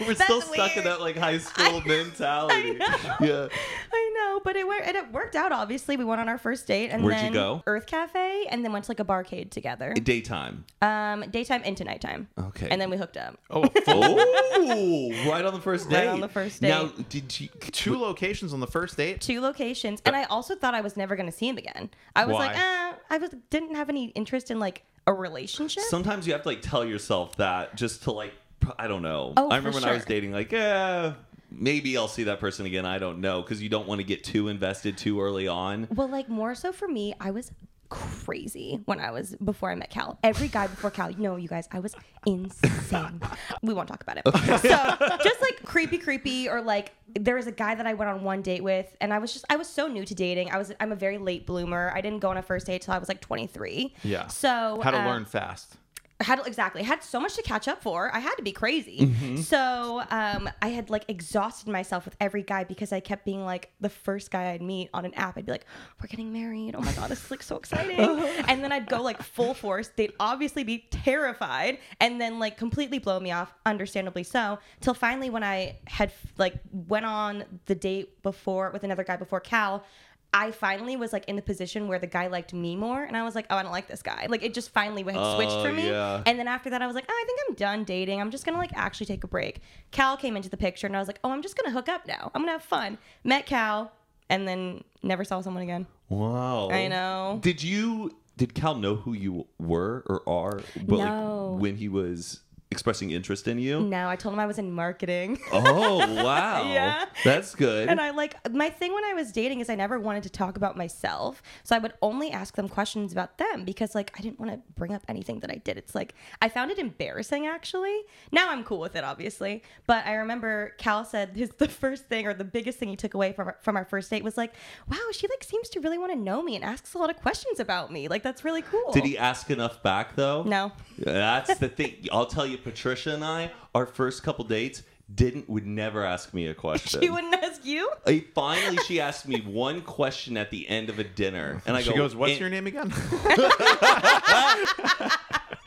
We're
That's
still stuck in
weird.
that like high school mentality.
I
Yeah.
I know, but it, wor- and it worked out. Obviously, we went on our first date, and
Where'd you
then
go?
Earth Cafe, and then went to like a barcade together.
Daytime.
Um, daytime into nighttime.
Okay.
And then we hooked up.
Oh, a full-
Oh, right on the first date.
Right on the first
Now,
date.
did you?
two locations on the first date.
Two locations, and I also thought I was never going to see him again. I was
Why?
like, eh, I was didn't have any interest in like a relationship.
Sometimes you have to like tell yourself that just to like pr- I don't know.
Oh,
I remember
for
when I was
sure.
dating, like yeah, maybe I'll see that person again. I don't know because you don't want to get too invested too early on.
Well, like more so for me, I was crazy when I was before I met Cal. Every guy before Cal, no, you guys, I was insane. we won't talk about it. So just like creepy, creepy, or like there was a guy that I went on one date with, and I was just I was so new to dating. I was I'm a very late bloomer. I didn't go on a first date till I was like 23.
Yeah.
So
How to
um,
learn fast.
had exactly had so much to catch up for. I had to be crazy. So um, I had like exhausted myself with every guy because I kept being like the first guy I'd meet on an app. I'd be like, "We're getting married! Oh my god, this is like so exciting!" and then I'd go like full force. They'd obviously be terrified and then like completely blow me off, understandably so. Till finally, when I had like went on the date before with another guy before Cal. I finally was like in the position where the guy liked me more, and I was like, oh, I don't like this guy. Like it just finally had switched
Oh,
for me.
yeah.
And then after that, I was like, oh, I think I'm done dating. I'm just gonna like actually take a break. Cal came into the picture, and I was like, oh, I'm just gonna hook up now. I'm gonna have fun. Met Cal, and then never saw someone again.
Wow.
I know.
Did you did Cal know who you were or are? But
No.
like when he was expressing interest in you?
No, I told him I was in marketing.
Oh wow.
Yeah.
That's good.
And I like my thing when I was dating is I never wanted to talk about myself. So I would only ask them questions about them because like I didn't want to bring up anything that I did. It's like I found it embarrassing actually. Now I'm cool with it obviously, but I remember Cal said his the first thing or the biggest thing he took away from our, from our first date was like, "Wow, she like seems to really want to know me and asks a lot of questions about me. Like that's really cool."
Did he ask enough back though?
No.
That's the thing. I'll tell you, Patricia and I, our first couple dates didn't would never ask me a question.
She wouldn't ask you?
I- finally, she asked me one question at the end of a dinner, and I
she
go,
goes, "What's
"Eh,
your name again?"
No,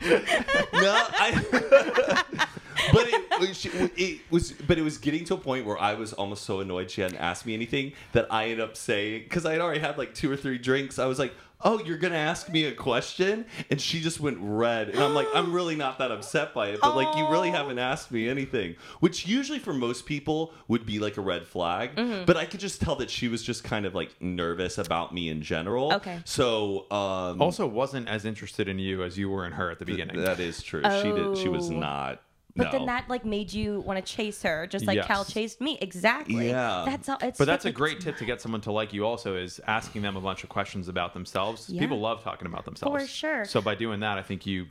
I. but it, was- she- it was, but it was getting to a point where I was almost so annoyed she hadn't asked me anything that I ended up saying because I had already had like two or three drinks. I was like, "Oh, you're gonna ask me a question?" And she just went red, and I'm like, "I'm really not that upset by it, but like, you really
Aw.
haven't asked me anything," which usually for most people would be like a red flag. But I could just tell that she was just kind of like nervous about me in general.
Okay.
So um,
also, wasn't as interested in you as you were in her at the beginning.
that is true. She did. She was
Oh.
not.
But
no.
then that like made you want to chase her, just like
Yes.
Cal chased me. Exactly.
Yeah.
That's all. It's
But that's a
like-
great tip to get someone to like you. Also, is asking them a bunch of questions about themselves.
Yeah.
People love talking about themselves
For sure.
So by doing that, I think you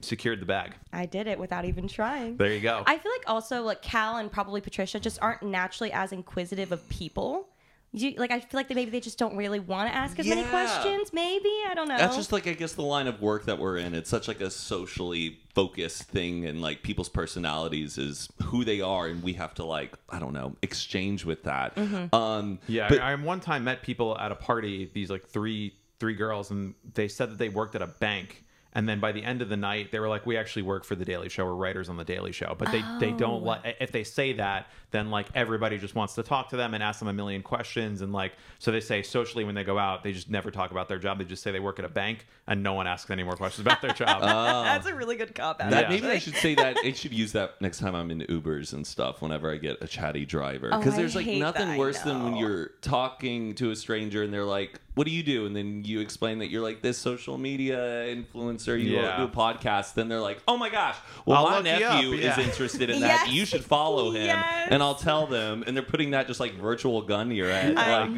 secured the bag.
I did it without even trying.
There you go.
I feel like also like Cal and probably Patricia just aren't naturally as inquisitive of people. You, like I feel like they, maybe they just don't really want to ask as many
Yeah.
questions. Maybe I don't know.
That's just like I guess the line of work that we're in. It's such like a socially focused thing, and like people's personalities is who they are, and we have to like I don't know exchange with that.
Mm-hmm.
Um,
Yeah,
but
I, I one time met people at a party. These like three three girls, and they said that they worked at a bank. And then by the end of the night, they were like, "We actually work for the Daily Show. We're writers on the Daily Show." But they they don't like if they say that, then like everybody just wants to talk to them and ask them a million questions. And like so, they say socially when they go out, they just never talk about their job. They just say they work at a bank, and no one asks any more questions about their job.
that's a really good cop out.
uh, that,
Yeah.
maybe I should say that I should use that next time I'm in Ubers and stuff. Whenever I get a chatty driver,
Oh,
because
I
there's like
hate
nothing
that, I
worse than when
know.
you're talking to a stranger and they're like, "What do you do?" and then you explain that you're like this social media influencer, you
Yeah.
do a podcast. Then they're like, "Oh my gosh, well
I'll
my
look you
nephew
up, yeah."
is interested in that.
Yes.
You should follow him."
Yes.
And I'll tell them, and they're putting that just like virtual gun to your head,
I
like
know.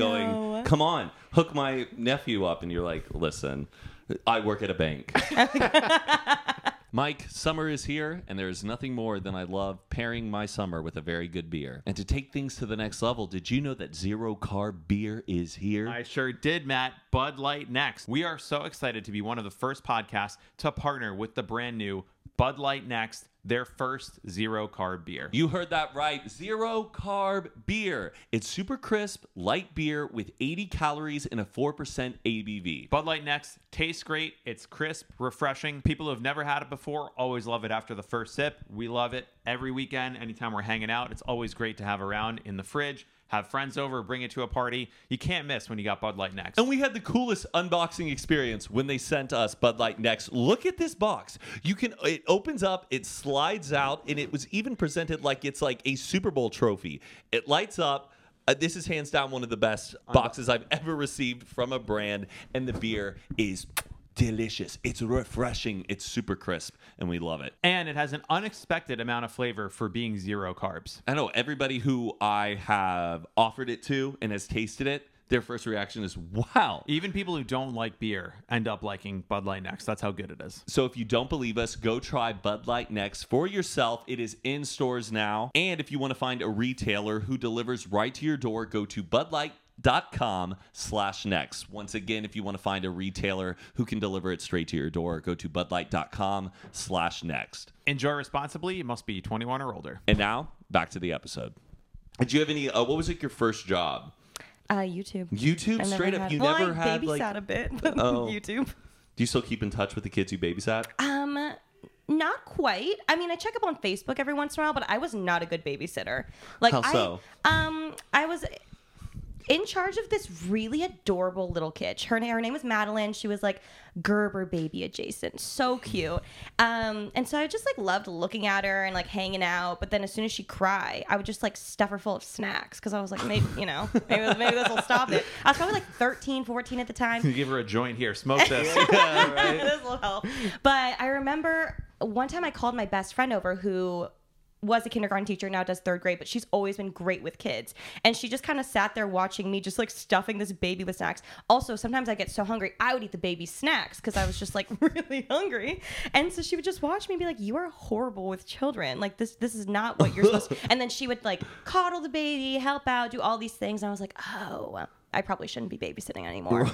going, "Come on, hook my nephew up," and you're like, "Listen." I work at a bank. Mike, summer is here, and there is nothing more than I love pairing my summer with a very good beer. And to take things to the next level, did you know that zero carb beer is here?
I sure did, Matt. Bud Light Next. We are so excited to be one of the first podcasts to partner with the brand new Bud Light Next, their first zero carb beer.
You heard that right. Zero carb beer. It's super crisp, light beer with 80 calories and a 4% ABV.
Bud Light Next tastes great. It's crisp, refreshing. People who have never had it before always love it after the first sip. We love it every weekend, anytime we're hanging out. It's always great to have around in the fridge. Have friends over, bring it to a party. You can't miss when you got Bud Light Next.
And we had the coolest unboxing experience when they sent us Bud Light Next. Look at this box. You can it opens up, it slides out, and it was even presented like it's like a Super Bowl trophy. It lights up. Uh, this is hands down one of the best boxes I've ever received from a brand, and the beer is delicious. It's refreshing. It's super crisp, and we love it.
and it has an unexpected amount of flavor for being zero carbs.
I know everybody who I have offered it to and has tasted it. Their first reaction is, "Wow,
Even people who don't like beer end up liking Bud Light Next. That's how good it is.
So if you don't believe us, go try Bud Light Next for yourself. It is in stores now. And if you want to find a retailer who delivers right to your door, go to budlight.com slash next. Once again, if you want to find a retailer who can deliver it straight to your door, go to budlight.com slash next.
Enjoy responsibly. You must be 21 or older.
And now back to the episode. Did you have any, uh, what was like your first job?
uh, YouTube.
YouTube,
I never
straight up,
had-
you
well,
never
I
had
babysat
like,
a bit. but
Oh.
YouTube.
do you still keep in touch with the kids you babysat?
Um, not quite. I mean, I check up on Facebook every once in a while, but I was not a good babysitter. Like
How so?
I, um, I was. in charge of this really adorable little kid. Her, her name was Madeline. She was like Gerber baby adjacent. So cute. Um, and so I just like loved looking at her and like hanging out. But then as soon as she cried, I would just like stuff her full of snacks because I was like, maybe, you know, maybe, maybe this will stop it. I was probably like 13, 14 at the time.
You give her a joint here. Smoke this.
this will help. But I remember one time I called my best friend over who was a kindergarten teacher now does third grade but she's always been great with kids and she just kind of sat there watching me just like stuffing this baby with snacks also sometimes i get so hungry i would eat the baby's snacks because i was just like really hungry and so she would just watch me and be like you are horrible with children like this this is not what you're supposed to and then she would like coddle the baby help out do all these things and i was like oh i probably shouldn't be babysitting anymore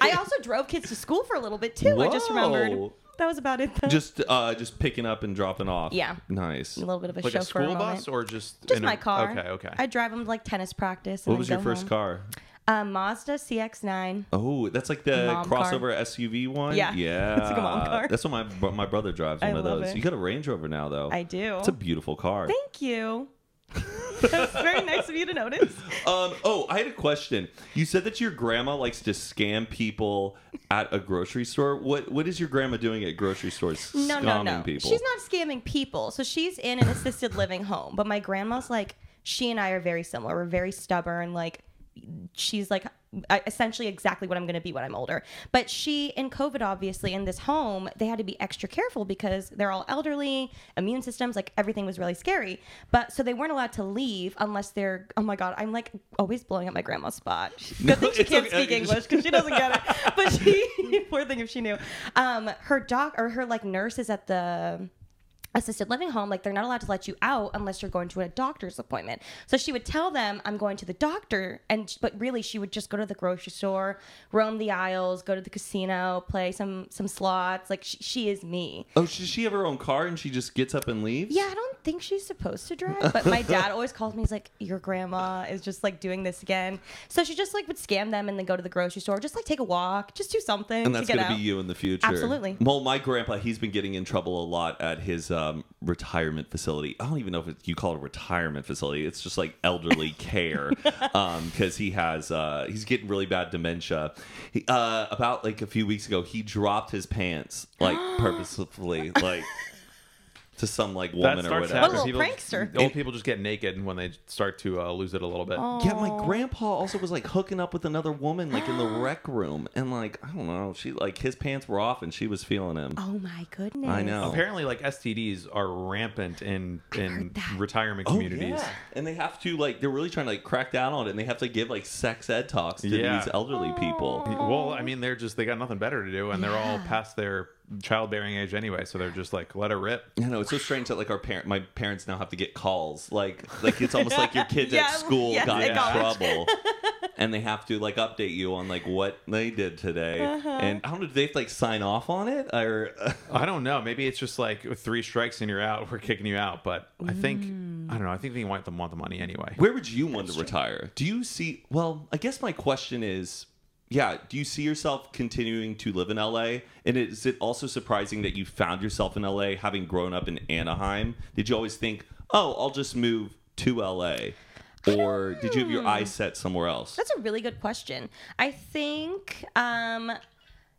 I also drove kids to school for a little bit too. I just remembered.
Whoa.
That was about it. Though.
Just uh, just picking up and dropping off.
Yeah.
Nice.
a little bit of a
like
chauffeur
a school
moment.
bus or just
just
in a-
my car.
Okay, okay.
I drive them to, like tennis practice. And
What was
then
your
go
first
home.
car?
Uh, Mazda CX-9.
Oh, that's like the
Mom car.
crossover SUV one.
Yeah.
yeah.
It's like a mom car.
That's what my bro- my brother drives.
I
One of
love
those.
it.
You got a Range Rover now, though.
I do.
It's a beautiful car.
Thank you. That's very nice of you to notice.
Um, oh, I had a question. You said that your grandma likes to scam people at a grocery store. What what is your grandma doing at grocery stores?
No,
scamming
no, no.
people.
She's not scamming people. So she's in an assisted living home. But my grandma's like, she and I are very similar. We're very stubborn. Like, she's like I- essentially exactly what I'm going to be when I'm older. But she, in COVID, obviously, in this home, they had to be extra careful because they're all elderly, immune systems, like everything was really scary. But so they weren't allowed to leave unless they're, oh my God, I'm like always blowing up my grandma's spot. Good thing she
it's
can't
okay.
speak English because she doesn't get it. But she, poor thing if she knew. Um, her doc or her like nurse is at the assisted living home, like they're not allowed to let you out unless you're going to a doctor's appointment. So she would tell them, "I'm going to the doctor," and but really she would just go to the grocery store, roam the aisles, go to the casino, play some some slots. Like she, she is me.
Oh, does she have her own car and she just gets up and leaves?
Yeah, I don't think she's supposed to drive, but my dad always calls me. He's like, "Your grandma is just like doing this again." So she just like would scam them and then go to the grocery store, just like take a walk, just do something
And that's
to get
going to
out.
be you in the future.
Absolutely.
Well, my grandpa, he's been getting in trouble a lot at his um, retirement facility. I don't even know if it, you call it a retirement facility. It's just like elderly care because he has uh, he's getting really bad dementia. He, uh, about like a few weeks ago, he dropped his pants like purposefully, like to some like
that
woman or
starts
whatever.
What a
happening.
little
people,
prankster.
Old people just get naked when they start to uh, lose it a little bit.
Oh.
Yeah, my grandpa also was like hooking up with another woman like in the rec room, and like I don't know, she like his pants were off and she was feeling him.
Oh my goodness!
I know.
Apparently, like STDs are rampant in in
heard that.
retirement
Oh,
communities.
yeah. And they have to like they're really trying to like crack down on it and they have to give like sex ed talks to
Yeah.
these elderly people.
Well, I mean, they're just they got nothing better to do, and they're all past their childbearing age anyway, so they're just like, let her rip.
You know, it's so strange that like our parent my parents now have to get calls. Like like it's almost like your kids
Yeah,
at school
yes,
got
at
in
college.
trouble. and they have to like update you on like what they did today.
Uh-huh.
And I don't know, do they have to like sign off on it? Or
I don't know. Maybe it's just like with three strikes and you're out. We're kicking you out. But I think I don't know. I think they want them want the money anyway.
where would you want to retire? Do you see well, I guess my question is yeah, do you see yourself continuing to live in LA? And is it also surprising that you found yourself in LA having grown up in Anaheim? Did you always think, "Oh, I'll just move to LA?" Or did you have your eyes set somewhere else?
That's a really good question. I think um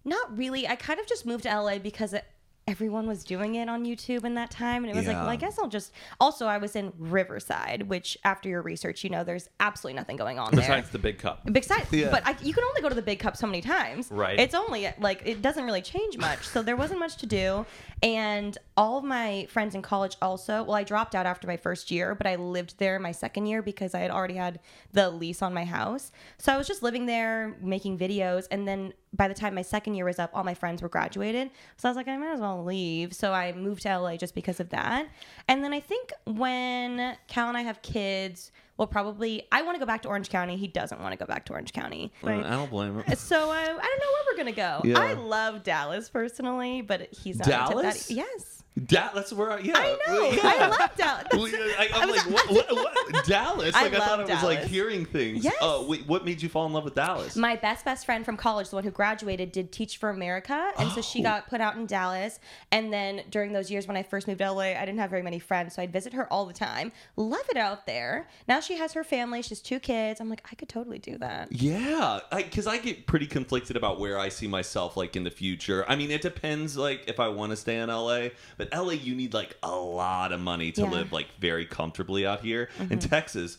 not really. I kind of just moved to LA because it, everyone was doing it on YouTube in that time and it was like,
Yeah.
well, I guess I'll just Also, I was in Riverside, which after your research, you know there's absolutely nothing going on there.
Besides the big cup.
Besides,
Yeah.
but I, you can only go to the big cup so many times.
Right.
It's only like it doesn't really change much, so there wasn't much to do. And all of my friends in college also. Well, I dropped out after my first year, but I lived there my second year because I had already had the lease on my house. So I was just living there, making videos, and then by the time my second year was up, all my friends were graduated. So I was like, I might as well leave. So I moved to LA just because of that. And then I think when Cal and I have kids. Well, probably I want to go back to Orange County. He doesn't want to go back to Orange County.
Uh, I don't blame her.
So uh, I don't know where we're gonna go.
Yeah.
I love Dallas personally, but he's not into
Dallas?
that. Yes,
Da- that's where I, yeah.
I know.
Yeah.
I love Dallas.
Well, yeah, I, I'm like, what, what, what? Dallas?
I
Like, I, thought it
love
was like
Dallas.
hearing things.
Yes.
Oh, wait, what made you fall in love with Dallas?
My best best friend from college, the one who graduated, did Teach for America, and so
Oh.
she got put out in Dallas. And then during those years when I first moved to LA, I didn't have very many friends, so I'd visit her all the time. Love it out there. Now she has her family. She has two kids. I'm like, I could totally do that.
yeah, because I, get pretty conflicted about where I see myself like in the future. I mean, it depends like if I want to stay in LA, but LA you need like a lot of money to
Yeah.
live like very comfortably out here. In Texas,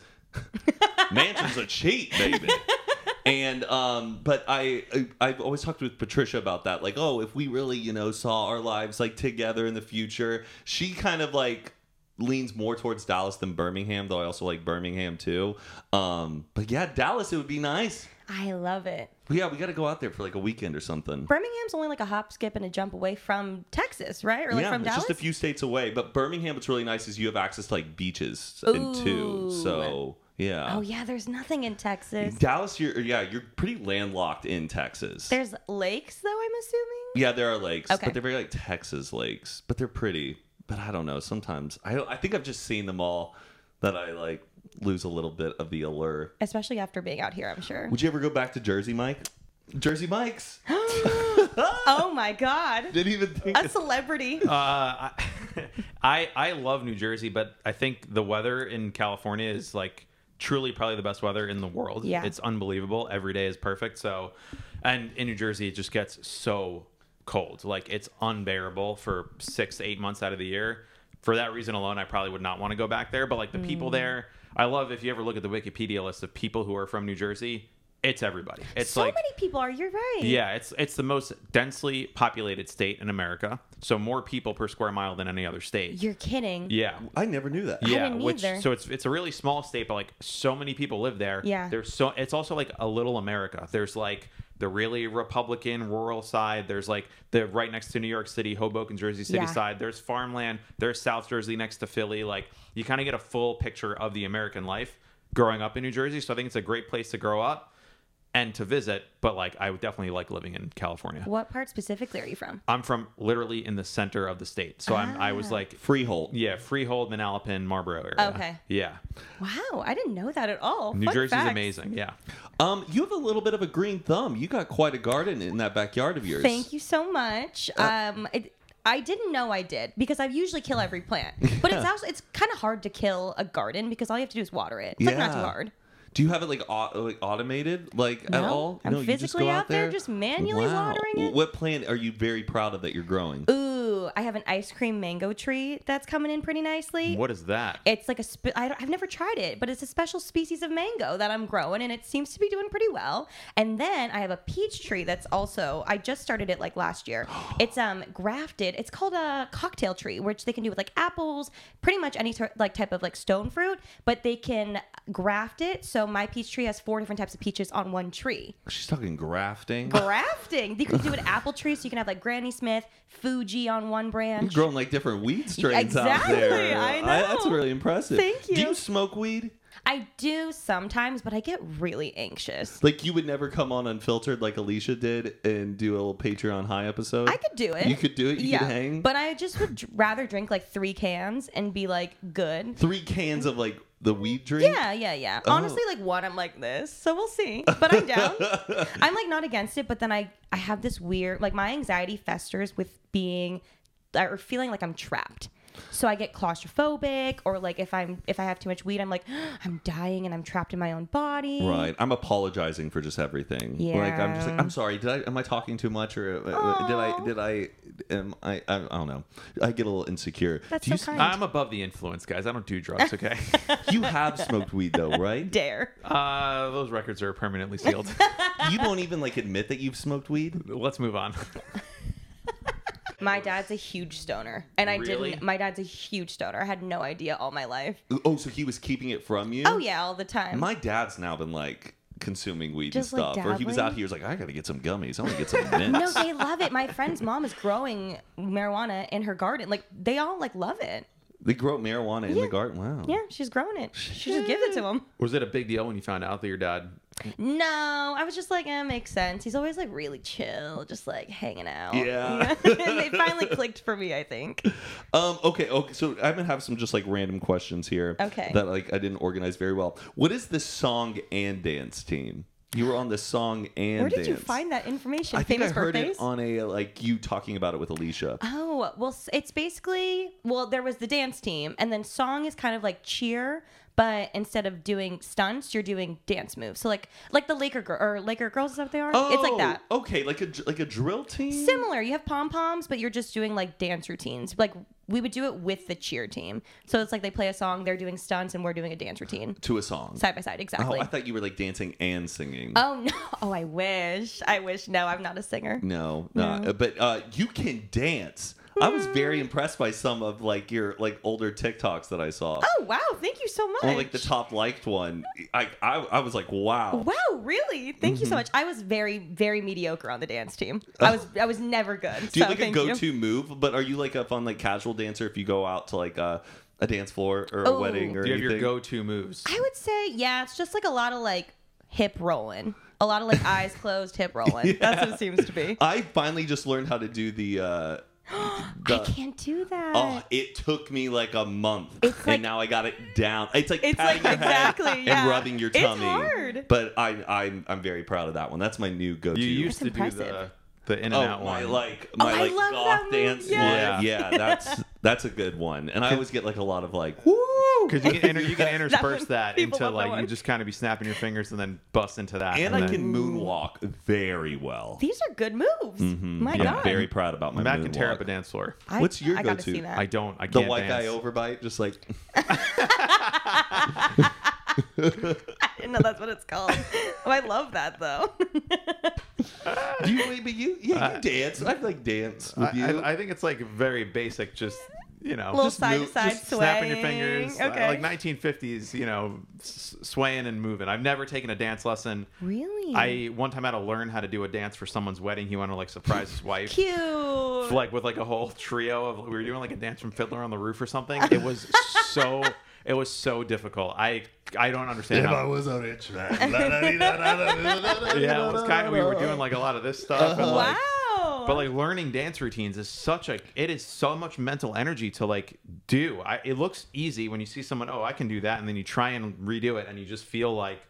mansions are cheap, baby. And um, but I, I I've always talked with Patricia about that. Like, oh, if we really you know saw our lives like together in the future, she kind of like leans more towards Dallas than Birmingham. Though I also like Birmingham too. Um, but yeah, Dallas it would be nice.
I love it.
But yeah, we got to go out there for like a weekend or something.
Birmingham's only like a hop, skip, and a jump away from Texas, right? Or like
yeah,
from
it's
Dallas.
just a few states away. But Birmingham, what's really nice is you have access to like beaches and
Ooh.
too. So yeah.
oh yeah, there's nothing in Texas.
Dallas, you're yeah, you're pretty landlocked in Texas.
There's lakes though. I'm assuming.
Yeah, there are lakes,
Okay.
but they're very like Texas lakes, but they're pretty. But I don't know. Sometimes I I think I've just seen them all that I like lose a little bit of the allure.
Especially after being out here, I'm sure.
Would you ever go back to Jersey Mike? Jersey Mike's
oh my God,
didn't even think.
a celebrity.
Uh, I, I I love New Jersey, but I think the weather in California is like truly probably the best weather in the world.
Yeah.
it's unbelievable. Every day is perfect. So, and in New Jersey, it just gets so cold. Like it's unbearable for six to eight months out of the year. For that reason alone, I probably would not want to go back there. But like the people
Mm.
there, I love. If you ever look at the Wikipedia list of people who are from New Jersey, it's everybody. It's
so
like
many people are. You're right.
yeah, it's it's the most densely populated state in America. So more people per square mile than any other state.
You're kidding.
Yeah.
I never knew that.
Yeah,
didn't
which
either.
so it's it's a really small state, but like so many people live there.
Yeah.
there's so it's also like a little America. There's like the really Republican rural side. There's like the right next to New York City, Hoboken, Jersey City
Yeah.
side. There's farmland. There's South Jersey next to Philly. Like you kind of get a full picture of the American life growing up in New Jersey. So I think it's a great place to grow up and to visit. But like I would definitely like living in California.
What part specifically are you from?
I'm from literally in the center of the state. So I'm I was
Ah.
like
Freehold.
yeah, Freehold, Manalapan, Marlboro area.
Okay.
Yeah.
Wow, I didn't know that at all.
New
Fun
Jersey's
facts.
amazing. Yeah.
Um, you have a little bit of a green thumb. You got quite a garden in that backyard of yours.
Thank you so much.
Uh,
um, it, I didn't know I did because I usually kill every plant, but it's also it's kind of hard to kill a garden because all you have to do is water it. It's like not too
Yeah.
hard.
Do you have it like, au- like automated, like at
No,
all?
I'm
you just
physically
go
out there just manually watering it.
What plant are you very proud of that you're growing?
Ooh, I have an ice cream mango tree that's coming in pretty nicely.
What is that?
It's like a sp- I don't, I've never tried it, but it's a special species of mango that I'm growing, and it seems to be doing pretty well. And then I have a peach tree that's also I just started it like last year. It's um grafted. It's called a cocktail tree, which they can do with like apples, pretty much any sort like type of like stone fruit, but they can graft it. So my peach tree has four different types of peaches on one tree.
She's talking grafting.
Grafting. You can do an apple tree, so you can have like Granny Smith, Fuji on one
You're
branch.
growing like different weed strains
Exactly,
out there.
I
that's
know.
really impressive.
Thank
Do
you.
you smoke weed?
I do sometimes, but I get really anxious.
Like you would never come on unfiltered like Alicia did and do a little Patreon high episode.
I could do it.
You could do it. You could hang.
But I just would dr- rather drink like three cans and be like good.
three Oh. cans of like the weed drink.
Yeah, yeah, yeah. Honestly, like one, I'm like this. So we'll see. But I'm down. I'm like not against it, but then I I have this weird like my anxiety festers with being or feeling like I'm trapped. So I get claustrophobic or like if I'm if I have too much weed, I'm like I'm dying and I'm trapped in my own body.
Right. I'm apologizing for just everything. Like I'm just like
Yeah.
I'm sorry. Did I am I talking too much or uh, uh, did I
Aw.
did I am I I, I don't know. I get a little insecure.
That's
do you
so kind.
I'm above the influence, guys. I don't do drugs, okay?
you have smoked weed though, right?
Dare.
uh, those records are permanently sealed.
you don't even like admit that you've smoked weed.
Let's move on.
My dad's a huge stoner. And I
Really?
didn't my dad's a huge stoner. I had no idea all my life.
Oh, so he was keeping it from you?
Oh yeah, all the time.
My dad's now been like consuming weed
Just,
and
like,
stuff. or he was
dabbling?
out here he was like, I gotta get some gummies. I wanna get some mints.
no, they love it. My friend's mom is growing marijuana in her garden. Like they all like love it.
They grow marijuana in
Yeah.
the garden. Wow.
Yeah, she's growing it. She just gives it to them.
Was it a big deal when you found out that your dad
No, I was just like, eh, makes sense. He's always like really chill, just like hanging out.
Yeah.
and they finally clicked for me, I think.
Um, okay, okay. So I'm gonna have some just like random questions here.
Okay.
That like I didn't organize very well. What is the song and dance team? You were on the song and
Where did
dance.
you find that information?
I think
Famous
I heard
birthdays?
it on a like you talking about it with Alicia.
Oh, well, s- it's basically, well, there was the dance team, and then song is kind of like cheer, but instead of doing stunts, you're doing dance moves. So, like, like the Laker girl or Laker girls is that what they are? Uh, It's like that.
Oh, Okay, like a like a drill team.
Similar, you have pom poms, but you're just doing like dance routines. Like, we would do it with the cheer team. So, it's like they play a song, they're doing stunts, and we're doing a dance routine
to a song.
side by side.
Oh,
Exactly.
I thought you were like dancing and singing.
Oh no! Oh, I wish. I wish. No, I'm not a singer.
No, not. but uh, you can dance. I was very
Mm.
impressed by some of like your like older TikToks that I saw.
Oh wow! Thank you so much.
Or like the top liked one. I I, I was like, wow.
Wow! Really? Thank
Mm-hmm.
you so much. I was very, very mediocre on the dance team. I was, I was never good.
Do you
so
have like a
thank
go
you.
to move? But are you like a fun like casual dancer if you go out to like a, a dance floor or a
Oh.
wedding or
Do you have your
anything?
go-to moves?
I would say, yeah, it's just like a lot of like hip rolling, a lot of like eyes closed, hip rolling. That's what it seems to be.
I finally just learned how to do the. Uh,
I
the
can't do that.
oh, it took me like a month, and
like-
now I got it down. It's like
it's
patting
like
your head
exactly, yeah.
and rubbing your tummy.
It's hard.
But I, I'm I'm very proud of that one. That's my new go to.
You used to
That's
do the
impressive.
the in and
Oh,
out
my
one.
like my
I
like
love
goth
that move,
dance
yes.
one. Yeah, that's that's a good one. And I always get like a lot of like Oh, woo.
Because you can inter- you can intersperse
one-
that
people
into
love that
like you
one.
just kind of be snapping your fingers and then bust into that.
And I
then-
can moonwalk very well.
These are good moves. My
I'm
God.
Hmm. Mm-hmm. very proud about my
Matt can
moonwalk.
tear up a dance floor.
I,
What's your
I gotta
go-to?
see that.
I don't. I can't.
the white
dance.
guy overbite, just like
No, that's what it's called. oh, I love that though.
do you maybe you yeah you dance I like dance with
I-
you
I, I think it's like very basic. Just you know,
Little
just
side
move-
to side
just snapping your
swaying.
fingers.
Okay.
Like 1950s, you know, s- swaying and moving. I've never taken a dance lesson.
really?
I one time had to learn how to do a dance for someone's wedding. He wanted to like surprise his wife.
cute.
like with like a whole trio of we were doing like a dance from Fiddler on the Roof or something. It was so it was so difficult. I I don't understand. How,
was a rich man.
yeah, it was kind of we were doing like a lot of this stuff. And, like,
wow.
But like learning dance routines is such a it is so much mental energy to like do. I, it looks easy when you see someone, oh, I can do that, and then you try and redo it, and you just feel like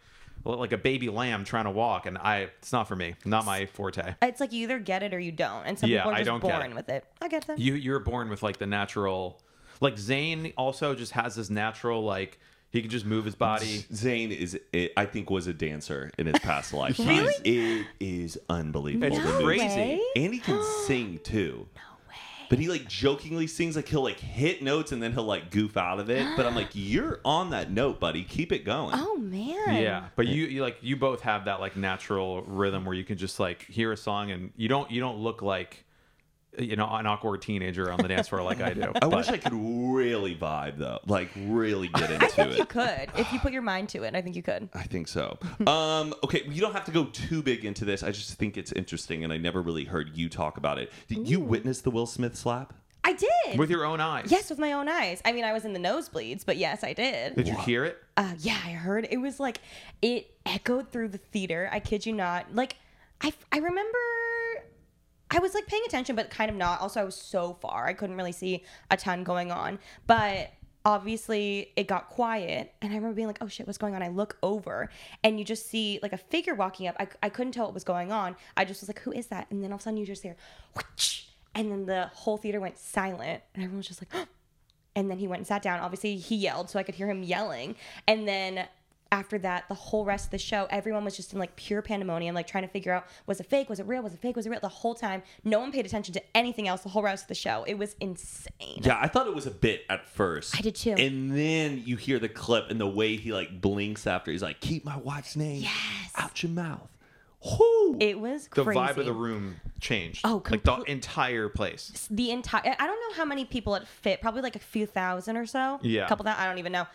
like a baby lamb trying to walk. And I, it's not for me, not my forte.
It's like you either get it or you don't, and some
Yeah,
people are
I
just
don't get
born
it.
with it. I get that.
you you're born with like the natural like Zayn also just has this natural like he can just move his body.
Zane is, it, I think, was a dancer in his past life.
Really?
It is unbelievable.
It's
the moves.
crazy.
way.
And he can sing too. No way. But he like jokingly sings like he'll like hit notes and then he'll like goof out of it. But I'm like, you're on that note, buddy. Keep it going.
Oh man.
Yeah, but you, you like you both have that like natural rhythm where you can just like hear a song and you don't you don't look like you know an awkward teenager on the dance floor like I do.
I
But
wish I could really vibe though, like really get
I think
into
you
it.
could if you put your mind to it. I think you could.
I think so.
Hmm.
Um, okay, you don't have to go too big into this. I just think it's interesting, and I never really heard you talk about it. Did you witness the Will Smith slap?
I did.
with your own eyes.
yes, with my own eyes. I mean, I was in the nosebleeds, but yes, I did.
Did you hear it?
uh, yeah, I heard it was like it echoed through the theater. I kid you not. Like I, I remember I was like paying attention, but kind of not. Also, I was so far, I couldn't really see a ton going on. But obviously, it got quiet, and I remember being like, "Oh shit, what's going on?" I look over, and you just see like a figure walking up. I, I couldn't tell what was going on. I just was like, "Who is that?" And then all of a sudden, you just hear, "Whoosh," and then the whole theater went silent, and everyone was just like. "Oh, And then he went and sat down. Obviously, he yelled, so I could hear him yelling. And then after that, the whole rest of the show, everyone was just in like pure pandemonium, like trying to figure out was it fake, was it real, was it fake, was it real. The whole time, no one paid attention to anything else. The whole rest of the show, it was insane.
Yeah, I thought it was a bit at first.
I did too.
And then you hear the clip and the way he like blinks after. He's like, "Keep my wife's name out your mouth." Whoo!
It was
The
crazy.
vibe of the room changed.
Oh,
like the
complete-
entire place.
the entire i don't know how many people it fit probably like a few thousand or so
Yeah.
couple that i don't even know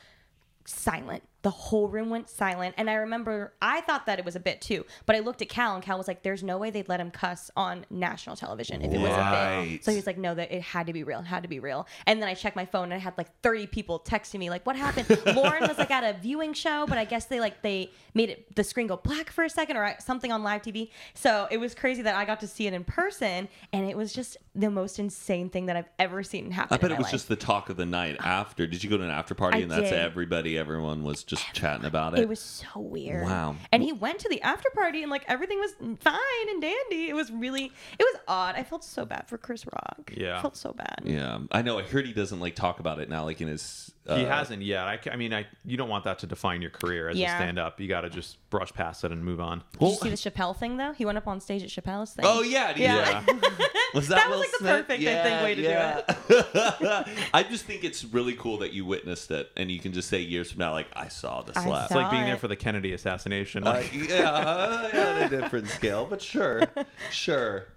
silent the the whole room went silent. And I remember I thought that it was a bit too, but I looked at Cal and Cal was like, "There's no way they'd let him cuss on national television if it was a
Right.
bit." So he was like, "No, that it had to be real. It had to be real." And then I checked my phone and I had like 30 people texting me like, "What happened?" Lauren was like at a viewing show, but I guess they like they made it the screen go black for a second or I- something on live TV. So it was crazy that I got to see it in person, and it was just the most insane thing that I've ever seen happen.
I bet
in
it
my
was
life.
just the talk of the night after. Did you go to an after party
I
and that's
did.
everybody, everyone was just chatting about it?
It was so weird.
Wow.
And he went to the after party and like everything was fine and dandy. It was really it was odd. I felt so bad for Chris Rock.
Yeah.
I felt so bad.
yeah, I know. I heard he doesn't like talk about it now, like in his. Uh,
he hasn't yet. I, ca- I mean, I you don't want that to define your career as a
Yeah.
stand up. You got to just brush past it and move on.
Did you see the Chappelle thing though? He went up on stage at Chappelle's thing.
Oh yeah, yeah.
Yeah.
Was that,
That
Will
was, like, the
Smith?
perfect, I think, way to do
do it. I just think it's really cool that you witnessed it, and you can just say years from now, like I saw the
I
slap.
It's
saw-
like being
Got
there
it.
for the Kennedy assassination.
Uh,
Like,
yeah, yeah, on a different scale, but sure, sure.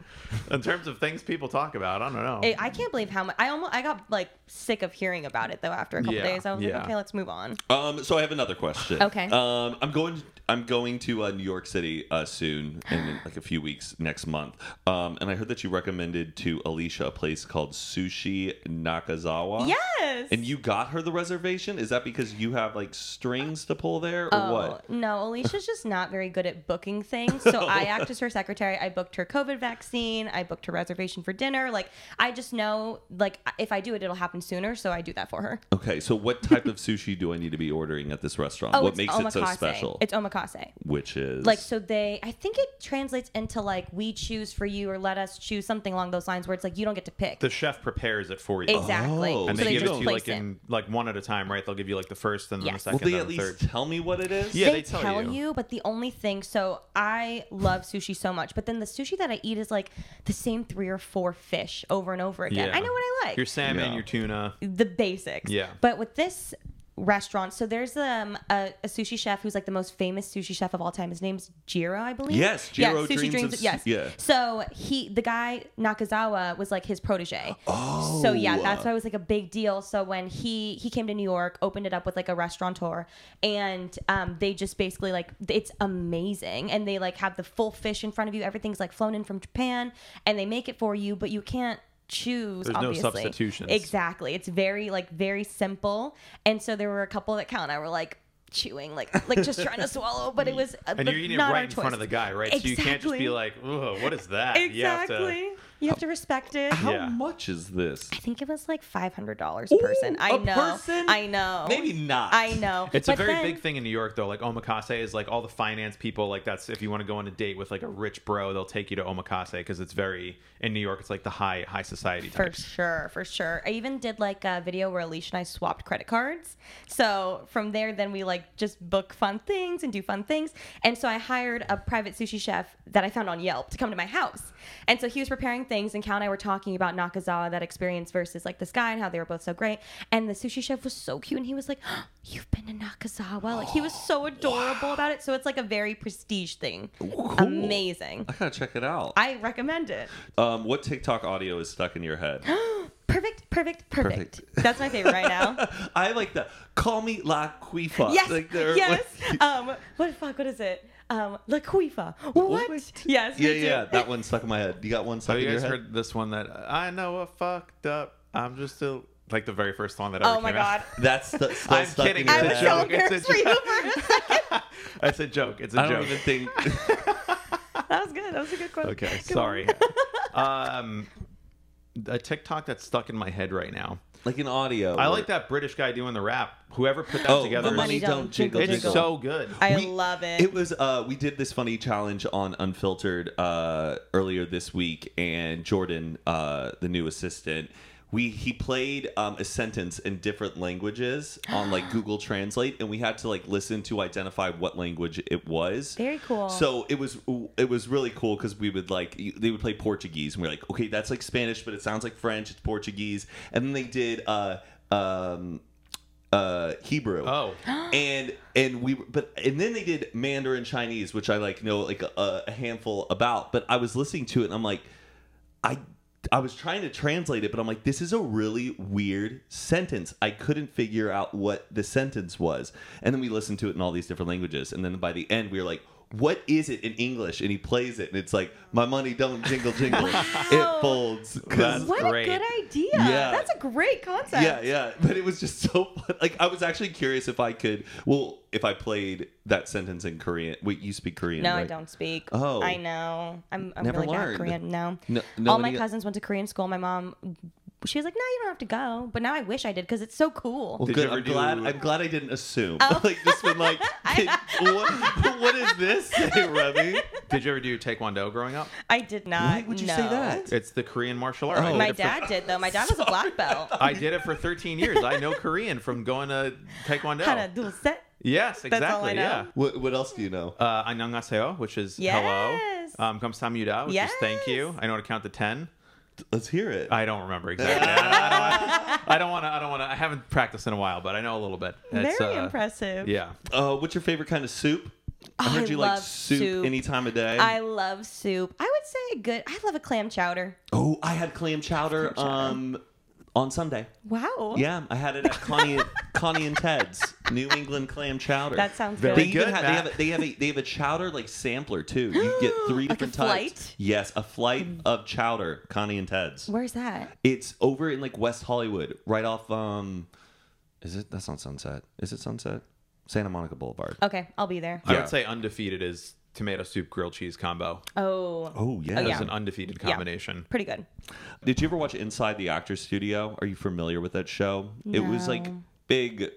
in terms of things people talk about, I don't know.
I I can't believe how much I almost I got like sick of hearing about it though after a couple
Yeah,
days. I was
yeah.
like, okay, let's move on.
Um, so I have another question.
Okay.
Um, I'm going. I'm going to uh, New York City uh, soon, in like a few weeks next month. Um, and I heard that you recommended to Alicia a place called Sushi Nakazawa.
Yes.
And you got her the reservation? Is that because you have like strings to pull there, or
Oh,
what?
No, Alicia's just not very good at booking things. So I act as her secretary. I booked her COVID vaccine. I booked her reservation for dinner. Like I just know, like if I do it, it'll happen sooner. So I do that for her.
Okay, so what type of sushi do I need to be ordering at this restaurant? what
Oh, it's
makes it so special?
It's omakase.
Which is
Like so they, I think it translates into like we choose for you or let us choose something along those lines where it's like you don't get to pick.
the chef prepares it for you.
exactly.
Oh.
And
so
they,
they
give it
just
to you
place
like
it.
in like one at a time, right? They'll give you like the first and then
Yes.
the
Will
second,
they
then
at
the
least
third.
tell me what it is?
Yeah.
they,
they tell
tell,
you.
you. but the only thing so I love sushi so much, but then the sushi that I eat is like the same three or four fish over and over again.
Yeah.
I know what I like.
Your salmon,
Yeah.
your tuna.
the basics.
Yeah.
But with this restaurant, so there's um, a, a sushi chef who's like the most famous sushi chef of all time. His name's Jiro, I believe.
Yes,
Yeah,
Jiro dreams of su-
yes.
yeah.
So he, the guy Nakazawa, was like his protege. Oh. So yeah, that's why it was like a big deal. So when he he came to New York, opened it up with like a restaurateur, and um, they just basically like it's amazing, and they like have the full fish in front of you. Everything's like flown in from Japan, and they make it for you, but you can't choose
There's no
obviously
substitutions.
Ex- Exactly. It's very like very simple. And so there were a couple that Cal and I were like chewing, like like just trying to swallow, but it was
Mm. And you're eating it right in front of the guy, right? So you can't just
Exactly.
be like, "Ugh, what is that?
Exactly. You have
You Oh.
to, respect it.
How
Yeah.
much is this?
I think it was like five hundred dollars a person. I
a
know.
person?
I know.
Maybe not.
I know.
It's a
But
very
then-
big thing in New York, though. Like omakase is like all the finance people. Like that's if you want to go on a date with like a rich bro, they'll take you to omakase because it's very in New York. It's like the high high society
For
type.
sure, for sure. I even did like a video where Alicia and I swapped credit cards. So from there, then we like just book fun things and do fun things. And so I hired a private sushi chef that I found on Yelp to come to my house. And so he was preparing things, and Cal and I were talking about Nakazawa, that experience versus like this guy and how they were both so great. And the sushi chef was so cute, and he was like, "You've been to Nakazawa." Like he was so adorable about it. So it's like a very prestige thing. Amazing.
I gotta check it out.
I recommend it.
Um, what TikTok audio is stuck in your head?
Perfect, perfect, perfect.
Perfect.
That's my favorite right now.
I like the call me La Cuifa.
Yes.
Like they're-
yes. um. What fuck? What is it? Um. La Cuifa. What? Yes.
Yeah,
me too.
yeah. That one stuck in my head. You got one stuck
Have
in
Oh, you
your
guys
head.
heard this one that I know a fucked up? I'm just still like the very first song that ever
Oh my
came out.
god.
That's stu- still
I'm
stuck
kidding.
in
I
your
was
head.
It's a
so
joke, it's a
embarrassed for you for a second.
That's a joke. It's a
I
joke.
don't even think.
That was good. That was a good question.
Okay,
Good
sorry. um, a TikTok that's stuck in my head right now.
like an audio.
I
or-
like that British guy doing the rap. Whoever put that
Oh,
together,
the
is-
money
Money
don't
don't
jingle.
it's
jingle.
so good.
I
We-
love it.
It was uh we did this funny challenge on Unfiltered uh earlier this week and Jordan uh the new assistant we he played um, a sentence in different languages on like Google Translate and we had to like listen to identify what language it was.
Very cool.
So it was it was really cool cuz we would like you- they would play Portuguese and we are like okay that's like Spanish but it sounds like French it's Portuguese and then they did uh um uh Hebrew
Oh,
and and we but and then they did Mandarin Chinese, which I like know like a, a handful about. But I was listening to it and I'm like, I I was trying to translate it, but I'm like, this is a really weird sentence. I couldn't figure out what the sentence was. And then we listened to it in all these different languages. And then by the end, we were like, what is it in English? And he plays it, and it's like, my money don't jingle jingle. It folds. 'Cause-
That's
What
great.
a good idea.
Yeah.
That's a great concept.
yeah, yeah. But it was just so fun. Like, I was actually curious if I could, well, if I played that sentence in Korean. Wait, you speak Korean?
No, I
right?
don't speak.
Oh.
I know. I'm, I'm
Never
really bad
learned.
at Korean. No.
No- no e-
All my
any-
cousins went to Korean school. My mom, she was like, no, you don't have to go. But now I wish I did because it's so cool.
Well,
Did
good.
you ever
I'm glad.
do-
I'm glad I didn't assume.
Oh.
like just been like, what, what is this, hey, Remy?
Did you ever do Taekwondo growing up?
I did not.
Why would you
no.
say that?
It's the Korean martial art.
Oh.
I did
My
it for-
dad did, though. My dad was a black belt.
I did it for 13 years. I know Korean from going to Taekwondo.
How to do a set.
yes, exactly.
all I know.
Yeah.
What, what else do you know?
Uh, 안녕하세요, which is
Yes.
hello. Um, 감사합니다, which is thank you.
Yes.
I know how to count to 10.
Let's hear it.
I don't remember exactly. I don't want to. I don't want to. I haven't practiced in a while, but I know a little bit. It's,
Very
uh,
impressive.
Yeah.
Uh, what's your favorite kind of soup? I
Oh,
heard
I
you like
love
soup,
soup.
any time of day.
I love soup. I would say a good. I love a clam chowder.
oh, I had clam chowder,
Clam chowder.
Um, on Sunday.
Wow.
Yeah, I had it at Connie, and- Connie and Ted's New England clam chowder.
That sounds
They
good.
even
good,
have, they
Matt.
have a, they have a they have a chowder like sampler too. You get three
Like a
different types.
flight? Mm.
Yes, a flight of chowder, Connie and Ted's.
Where's that?
It's over in like West Hollywood, right off. um Is it? That's not Sunset. Is it Sunset? Santa Monica Boulevard.
Okay, I'll be there.
I
Yeah.
would say undefeated is tomato soup grilled cheese combo.
Oh.
Oh yeah.
Oh,
It's
yeah.
an undefeated
Yeah.
combination.
Pretty good.
Did you ever watch Inside the Actors Studio? Are you familiar with that show? It was like
No.
big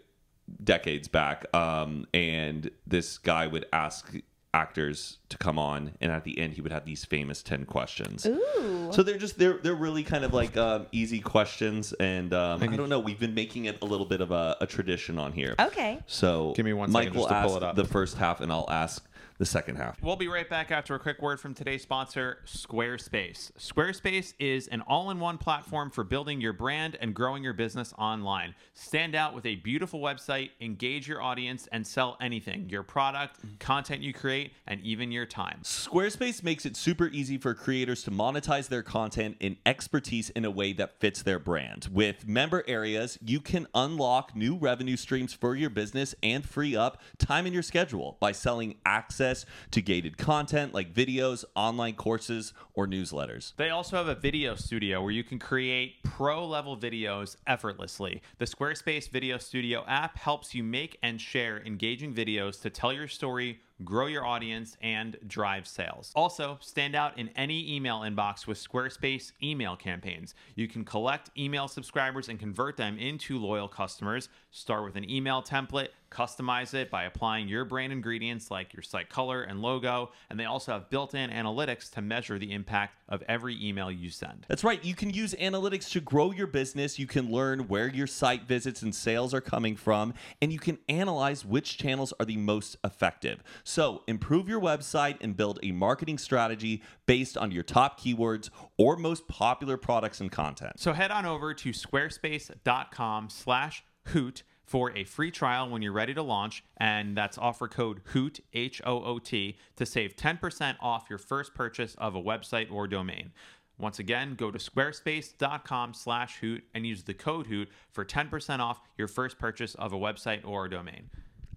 decades back, um, and this guy would ask actors to come on, and at the end he would have these famous ten questions.
Ooh.
So they're just they're they're really kind of like um, easy questions, and um, I don't know. We've been making it a little bit of a, a tradition on here.
okay.
So
Give me one
Mike
second
will
just to
ask
pull it up.
the first half, and I'll ask the second half.
We'll be right back after a quick word from today's sponsor, Squarespace. Squarespace is an all in one platform for building your brand and growing your business online. Stand out with a beautiful website, engage your audience, and sell anything your product, content you create, and even your time.
Squarespace makes it super easy for creators to monetize their content and expertise in a way that fits their brand. With member areas, you can unlock new revenue streams for your business and free up time in your schedule by selling access to gated content like videos, online courses, or newsletters.
They also have a video studio where you can create pro level videos effortlessly. The Squarespace Video Studio app helps you make and share engaging videos to tell your story, grow your audience, and drive sales. Also, stand out in any email inbox with Squarespace email campaigns. You can collect email subscribers and convert them into loyal customers. Start with an email template, customize it by applying your brand ingredients like your site color and logo, and they also have built-in analytics to measure the impact of every email you send.
That's right. You can use analytics to grow your business. You can learn where your site visits and sales are coming from, and you can analyze which channels are the most effective. So, improve your website and build a marketing strategy based on your top keywords or most popular products and content.
So head on over to squarespace.com slash hoot for a free trial when you're ready to launch, and that's offer code HOOT, H-O-O-T, to save 10% off your first purchase of a website or domain. Once again, go to squarespace.com slash hoot and use the code hoot for 10% off your first purchase of a website or a domain.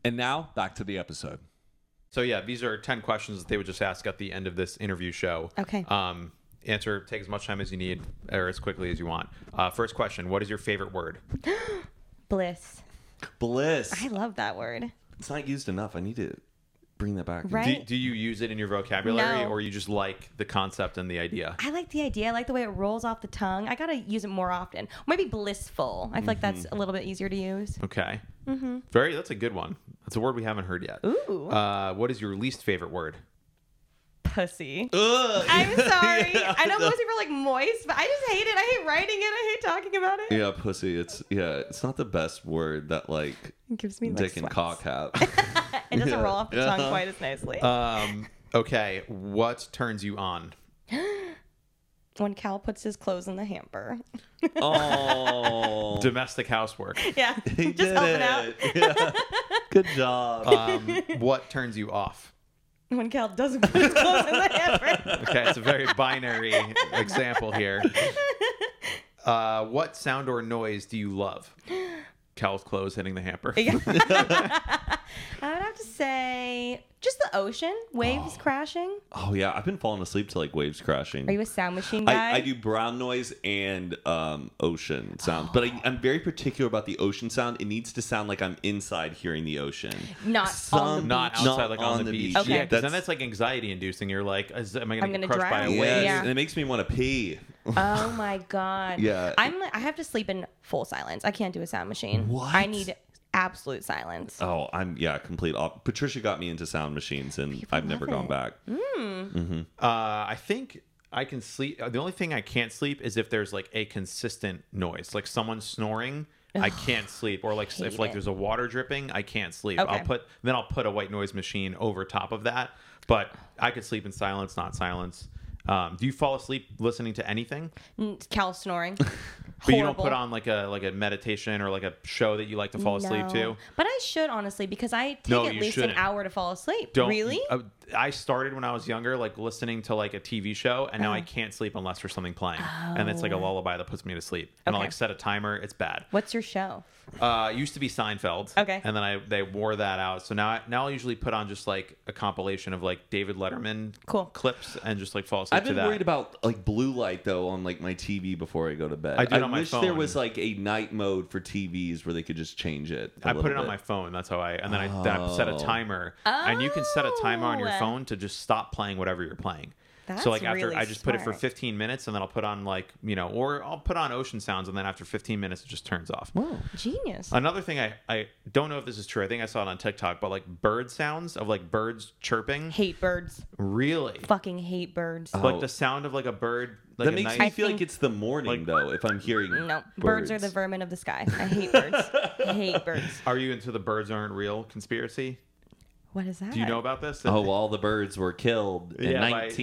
And now, back to the episode.
So yeah, these are ten questions that they would just ask at the end of this interview show.
Okay.
Um, answer take as much time as you need or as quickly as you want. Uh, first question: What is your favorite word?
Bliss.
Bliss.
I love that word.
It's not used enough. I need to bring that back.
Right?
Do, do you use it in your vocabulary,
No.
or you just like the concept and the idea?
I like the idea. I like the way it rolls off the tongue. I gotta use it more often. Maybe blissful. I feel like
Mm-hmm.
that's a little bit easier to use.
Okay. Very. That's a good one. That's a word we haven't heard yet.
Mm-hmm. Ooh,
Uh, what is your least favorite word?
pussy.
Ugh.
I'm sorry. I know most people are like moist, but I just hate it. I hate writing it. I hate talking about it.
Yeah, pussy. It's yeah. It's not the best word that like
It gives me like,
dick and
sweats.
cock have.
It doesn't
Yeah.
roll off the tongue
Uh-huh.
quite as nicely.
Um, okay. What turns you on?
when Cal puts his clothes in the hamper.
oh.
Domestic housework.
Yeah,
He
just
did
help it out.
it. Yeah. Good job.
Um, what turns you off?
when Cal doesn't put his clothes in the hamper.
Okay, it's a very binary example here. Uh, what sound or noise do you love? Cal's clothes hitting the hamper.
I would have to say just the ocean, waves crashing.
Oh yeah, I've been falling asleep to like waves crashing.
Are you a sound machine guy?
I, I do brown noise and um, ocean sounds, but I, I'm very particular about the ocean sound. It needs to sound like I'm inside hearing the ocean.
Not on the
Some-
beach.
Not outside, like on, the, beach.
Okay.
Yeah, 'cause then
That's-
that's like anxiety inducing. You're like, is, am I going
I'm
to get
gonna
crushed by a
drown.
wave?
Yes,
Yeah.
and it makes me want to pee.
Oh my god.
Yeah.
I'm like- I have to sleep in full silence. I can't do a sound machine.
What?
I need absolute silence.
Oh, I'm yeah, complete. Op- Patricia got me into sound machines, and I've
love
never gone
it.
back.
Uh, I think I can sleep. uh, The only thing I can't sleep is if there's like a consistent noise, like someone snoring. I can't sleep, or like if
hate
like
it.
there's a water dripping, I can't sleep.
Okay.
I'll put then I'll put a white noise machine over top of that, but I could sleep in silence, not silence. Um, do you fall asleep listening to anything?
Mm, Cal snoring.
But you don't
Horrible.
put on like a like a meditation or like a show that you like to fall asleep
No.
to.
But I should honestly because I take
No,
at
you
least
shouldn't.
an hour to fall asleep.
Don't
really?
uh, I started when I was younger, like listening to like a TV show, and now
Uh-huh.
I can't sleep unless there's something playing, and it's like a lullaby that puts me to sleep. And I'll
Oh. Okay.
like set a timer. It's bad.
What's your show?
Uh, it used to be Seinfeld.
Okay.
And then I they wore that out. So now I, now I'll usually put on just like a compilation of like David Letterman
Cool.
clips and just like fall asleep
I've been
to that.
worried about like blue light though on like my TV before I go to bed.
I do it on my
wish there
phone.
was like a night mode for TVs where they could just change it. I
I put it on my phone. That's how I and then I, then I set a
Oh.
timer, and you can set a timer on your
Oh.
phone to just stop playing whatever you're playing.
That's
so like after
really
I just put it for
smart.
15 minutes, and then I'll put on like you know, or I'll put on ocean sounds, and then after 15 minutes it just turns off.
Genius.
Another thing I I don't know if this is true. I think I saw it on TikTok, but like bird sounds of like birds chirping.
hate birds.
Really,
Fucking hate birds.
like
Oh.
the sound of like a bird. Like
That
a
makes
nice,
me feel
I
like
think-
it's the morning though. If I'm hearing
no. Birds. are the vermin of the sky. I hate birds. I hate birds.
Are you into the birds aren't real conspiracy?
What is that?
Do you know about this?
Oh, all the birds were killed in
Yeah, by- there- there's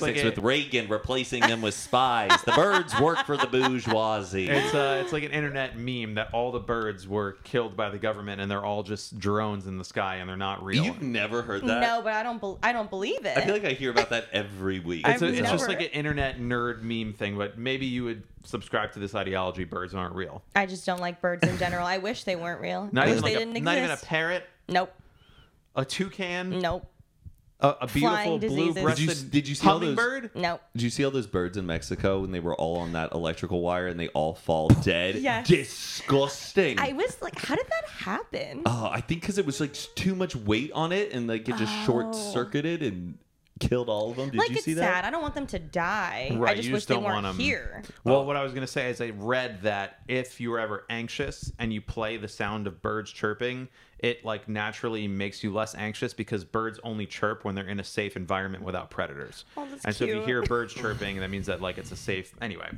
1976
like a-
with Reagan replacing them with spies. The birds work for the bourgeoisie.
It's uh, it's like an internet meme that all the birds were killed by the government and they're all just drones in the sky and they're not real.
You've never heard that?
no, but I don't. Bel I don't believe it.
I feel like I hear about that every week.
it's, a-
I've
it's
never-
just like an internet nerd meme thing, but maybe you would subscribe to this ideology: birds aren't real.
I just don't like birds in general. I wish they weren't real.
Not
I
even
wish
like
they
a,
didn't exist.
not even a parrot,
nope.
a toucan,
Nope.
a, a beautiful
Flying
blue
diseases. Did
you-
breasted
did you see all those-
hummingbird.
Nope.
Did you see all those birds in Mexico when they were all on that electrical wire and they all fall dead?
Yes.
Disgusting.
I was like, how did that happen?
Oh, I think because it was like just too much weight on it, and like it just short circuited and killed all of them. Did
Oh. like
you
it's
see
sad.
that?
I don't want them to die.
Right,
I just
you
wish
just
they
don't
weren't
want 'em-
here.
Oh.
Well, what I was going to say is I read that if you were ever anxious and you play the sound of birds chirping, it like naturally makes you less anxious because birds only chirp when they're in a safe environment without predators.
Oh, that's
and so if you
cute.
hear birds chirping, that means that like it's a safe. Anyway,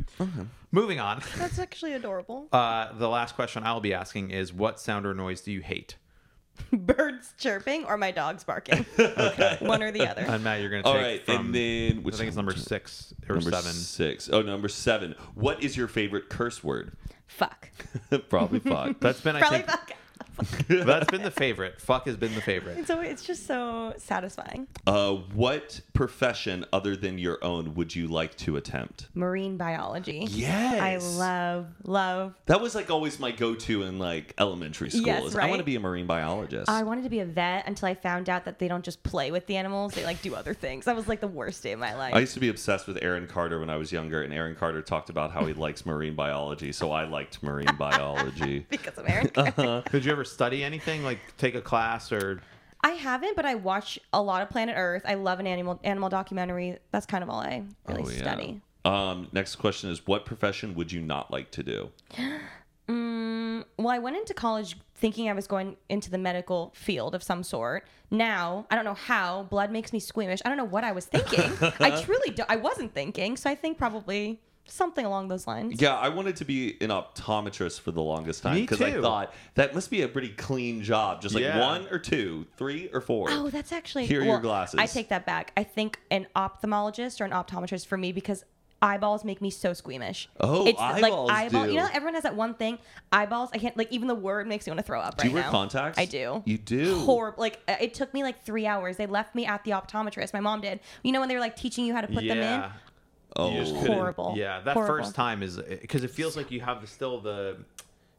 moving on.
That's actually adorable.
Uh, the last question I'll be asking is what sound or noise do you hate?
Birds chirping or my dogs barking. okay. One or the other.
And Matt, you're going to
All
take
right,
from,
and then which
I think it's number six or
number
seven.
six. Oh, number seven. What is your favorite curse word?
Fuck.
Probably fuck.
That's been, I
Probably
think,
fuck.
that's been the favorite. Fuck has been the favorite.
So it's just so satisfying.
Uh, what profession other than your own would you like to attempt?
Marine biology.
Yes,
I love, love.
That was like always my go-to in like elementary school.
Yes,
is, I
right?
want to be a marine biologist.
I wanted to be a vet until I found out that they don't just play with the animals; they like do other things. That was like the worst day of my life.
I used to be obsessed with Aaron Carter when I was younger, and Aaron Carter talked about how he likes marine biology, so I liked marine biology.
because of Aaron.
Did you ever study anything like take a class or
I haven't, but I watch a lot of Planet Earth. I love an animal animal documentary. That's kind of all I really
Oh, yeah.
study.
Um, next question is what profession would you not like to do?
Well, I went into college thinking I was going into the medical field of some sort. Now, I don't know how blood makes me squeamish. I don't know what I was thinking. I truly do- I wasn't thinking, so I think probably something along those lines.
Yeah, I wanted to be an optometrist for the longest time
Me
because I
too.
thought that must be a pretty clean job, just like
Yeah.
one or two, three or four.
Oh, that's actually
Here are your glasses.
I take that back. I think an ophthalmologist or an optometrist for me because eyeballs make me so squeamish.
Oh, eyeballs do.
You know, how everyone has that one thing. Eyeballs. I can't like even the word makes me want to throw up.
Do you
right
wear
now.
contacts?
I do.
You do.
Horrible. Like uh, it took me like three hours. They left me at the optometrist. My mom did. You know when they were like teaching you how to put
yeah.
them in.
Oh,
You just couldn't-
Horrible.
Yeah, that
Horrible.
first time is because it feels like you have the, still the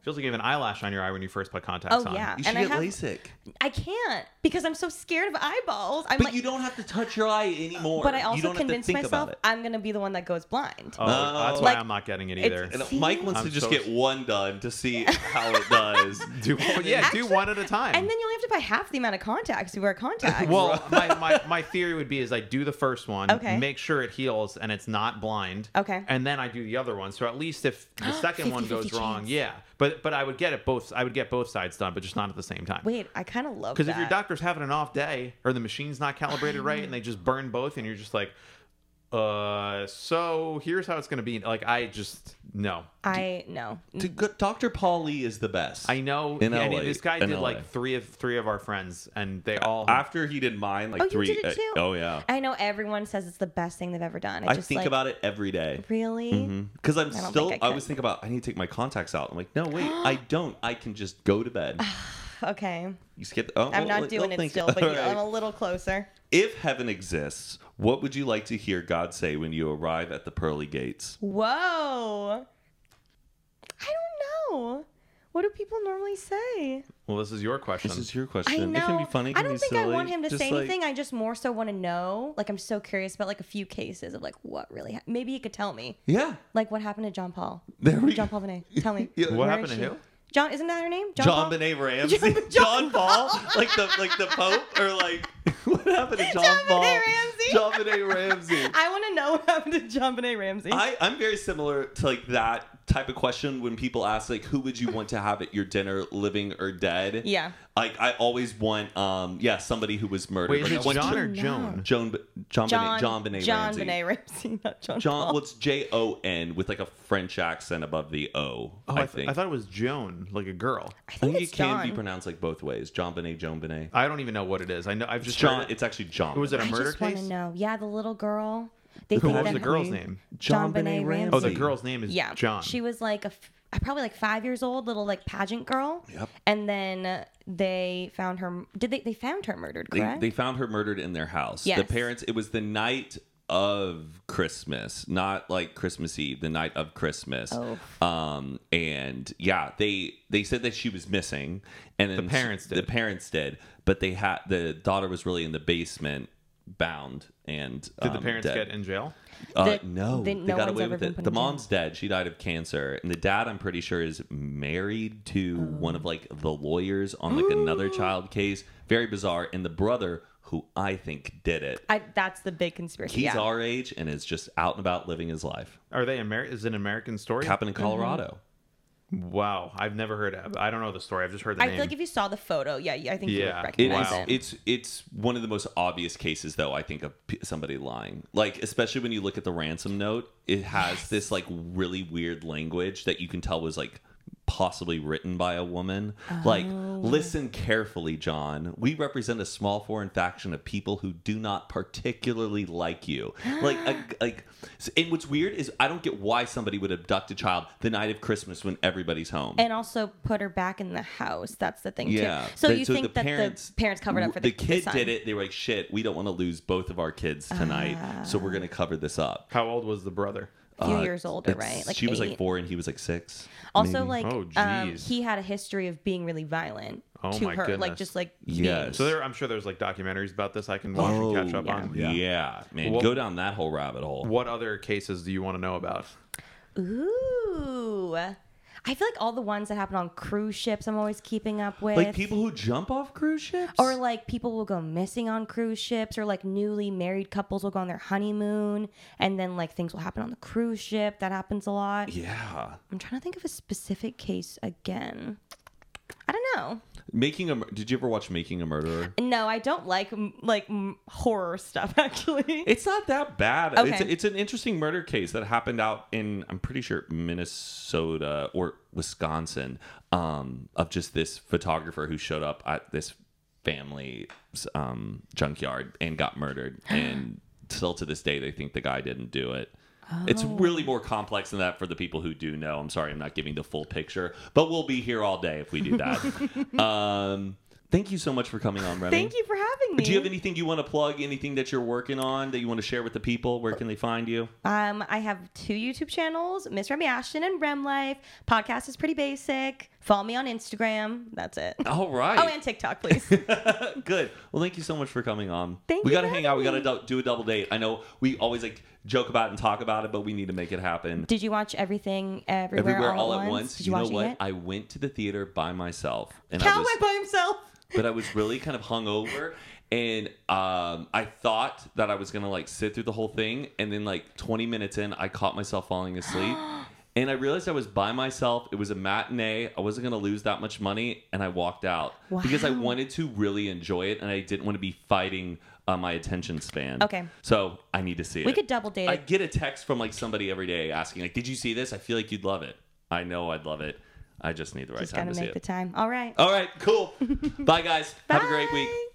feels like you have an eyelash on your eye when you first put contacts
Oh
on.
yeah,
you should
and I
get
have
LASIK.
I can't because I'm so scared of eyeballs. I'm
But
like,
you don't have to touch your eye anymore.
but I
you
also
don't have to
convinced
think about
myself
it.
I'm gonna be the one that goes blind.
Oh, that's
Oh.
why
Like,
I'm not getting it either.
it's-
And
See?
Mike wants
I'm
to just
so-
get one done to see how it does.
Do yeah, do
Actually-
one at a time.
And then you only have to buy half the amount of contacts. You wear contacts.
well, my, my, my theory would be is I do the first one,
Okay.
make sure it heals and it's not blind.
Okay.
And then I do the other one. So at least if the second one
50-50
goes wrong,
chance.
yeah. But but I would get it both I would get both sides done, but just not at the same time.
wait, I kind of love
Because if your
that.
doctor's having an off day or the machine's not calibrated right and they just burn both and you're just like, uh, so here's how it's gonna be. Like I just no.
I know.
To go- Dr. Paul Lee is the best.
I know
In
and
LA,
this guy
in
did
LA.
like three of three of our friends and they all
After he did mine, like
Oh, you
three.
did it
uh,
too?
oh yeah.
I know everyone says it's the best thing they've ever done. I
I
just
think
like,
about it Mm-hmm. every day.
Really?
Because I'm
don't think
still,
I
I,
could.
always think about, I need to take my contacts out. I'm like, no, wait, I don't. I can just go to bed.
Okay.
You skip. Oh,
I'm
well,
not
like,
doing
don't
it
think-
still, but
All
you-
right.
I'm a little closer.
If heaven exists, what would you like to hear God say when you arrive at the pearly gates?
Whoa. I don't know. What do people normally say?
Well, this is your question.
This is your
I
question.
know.
It can be funny. it
I
can
don't
be
think I
silly,
want him to
just
say
like-
anything. I just more so want to know. Like I'm so curious about like a few cases of like what really. Ha- Maybe he could tell me.
Yeah.
Like what happened to John Paul?
There we
John
go.
Paul Benet. Tell me.
Yeah.
What
Where
happened
is
to
she?
who?
John isn't that her name? John,
John
Paul?
Benet Ramsey,
John-
John, Paul, like the like the Pope, or like what happened to John,
John Benet
Paul?
Ramsey.
John Benet Ramsey.
I want to know what happened to John Benet Ramsey.
I, I'm very similar to like that type of question when people ask like who would you want to have at your dinner, living or dead?
Yeah.
Like I always want um yeah, somebody who was murdered.
Wait, is
Like,
it
I want
John or
No.
Joan?
Joan B- John Benet John Benet
John
Ramsey.
Benet Ramsey, not John.
John
Paul.
what's J O N with like a French accent above the O.
Oh, I,
I
th-
think.
I thought it was Joan, like a girl.
I
I think,
think it
it's
can
John.
be pronounced like both ways. John Benet, Joan Benet.
I don't even know what it is. I know I've just
John
heard
it's actually John.
Was it a
I
murder
just want to
case?
know. Yeah, the little girl. They
Who
think
what was
that
the girl's
her-
name?
John Benet Ramsey.
Oh, the
Ramsey.
girl's name is
Yeah,
John.
She was like a f- uh, probably like five years old, little like pageant girl.
Yep.
And then they found her. Did they? They found her murdered,
They,
correct?
they found her murdered in their house. The
Yes.
parents, it was the night of Christmas, not like Christmas Eve, the night of Christmas.
Oh.
Um, and yeah, they they said that she was missing and then
The parents
The
did.
parents did, but they had the daughter was really in the basement bound and
Did the
um,
parents
dead.
get in jail?
Uh,
The-
no,
the-
they
no
got
one's
away
ever
with
been
it.
put
The
in
mom's dead. She died of cancer, and the dad, I'm pretty sure, is married to one
Oh.
of like the lawyers on like another child case. Very bizarre. And the brother, who I think did it,
I, that's the big conspiracy.
he's
yeah.
our age and is just out and about living his life.
Are they Amer? Is it an American story?
Happened
Mm-hmm.
in Colorado.
Wow, I've never heard. Of, I don't know the story. I've just heard the
I
name.
feel like if you saw the photo, yeah, yeah I think you
Yeah.
would
It is.
recognize it.
It's it's one of the most obvious cases, though. I think of p- somebody lying, like especially when you look at the ransom note. It has this like really weird language that you can tell was like possibly written by a woman. Like, listen carefully, John. We represent a small foreign faction of people who do not particularly like you. Like, a, like, and what's weird is I don't get why somebody would abduct a child the night of Christmas when everybody's home.
and also put her back in the house. That's the thing
Yeah.
too. So
They-
you think that the parents covered up for the,
the kid
son.
did it. They were like, "Shit, we don't want to lose both of our kids tonight, so we're
Ah.
gonna cover this up."
How old was the brother?
A few years older,
It's-
right? Like
Uh, she was like
eight.
four and he was like six.
Also,
maybe.
like,
Oh,
um,
jeez.
he had a history of being really violent
Oh,
to
my
her, like
goodness.
just like
Yes.
So there, I'm sure there's like documentaries about this I can watch and catch up
yeah.
on.
Oh, yeah, man,
What-
go down that whole rabbit hole.
What other cases do you want to know about?
being- Ooh, I feel like all the ones that happen on cruise ships, I'm always keeping up with.
Like people who jump off cruise ships,
or like people will go missing on cruise ships, or like newly married couples will go on their honeymoon, and then like things will happen on the cruise ship. That happens a lot.
yeah,
I'm trying to think of a specific case again. I don't know.
making a. Mur- Did you ever watch Making a Murderer?
No, I don't like m- like m- horror stuff. Actually,
It's not that bad. It's,
Okay.
it's an interesting murder case that happened out in, I'm pretty sure, Minnesota or Wisconsin, um, of just this photographer who showed up at this family's um, junkyard and got murdered. And still to this day, they think the guy didn't do it. It's
Oh.
really more complex than that for the people who do know. I'm sorry, I'm not giving the full picture, but we'll be here all day if we do that. um, thank you so much for coming on, Remy.
Thank you for having me.
Do you have anything you want to plug? Anything that you're working on that you want to share with the people? Where can they find you?
Um, I have two YouTube channels, Miss Remy Ashton and Rem Life. Podcast is pretty basic. Follow me on Instagram. That's it.
All right.
Oh, and TikTok, please.
Good. Well, thank you so much for coming on.
Thank
we
you
gotta
for
hang out. We gotta
having
do, do a double date. I know we always like joke about it and talk about it, but we need to make it happen.
Did you watch everything everywhere,
Everywhere, all, at once.
Did
you
you,
know
watch
what?
it?
I went to the theater by myself, and I
Cal
was,
went by himself.
but I was really kind of hungover, and um, I thought that I was gonna like sit through the whole thing, and then like 20 minutes in, I caught myself falling asleep. And I realized I was by myself. It was a matinee. I wasn't going to lose that much money. And I walked out because I
Wow.
wanted to really enjoy it and I didn't want to be fighting uh, my attention span.
Okay.
So I need to see it.
We could double date
I
it.
get a text from like somebody every day asking, like, did you see this? I feel like you'd love it. I know I'd love it. I just need the right
Just
time to
gotta
see
make
it.
the time. All right.
All right, cool. Bye, guys. Have a great week.
Bye.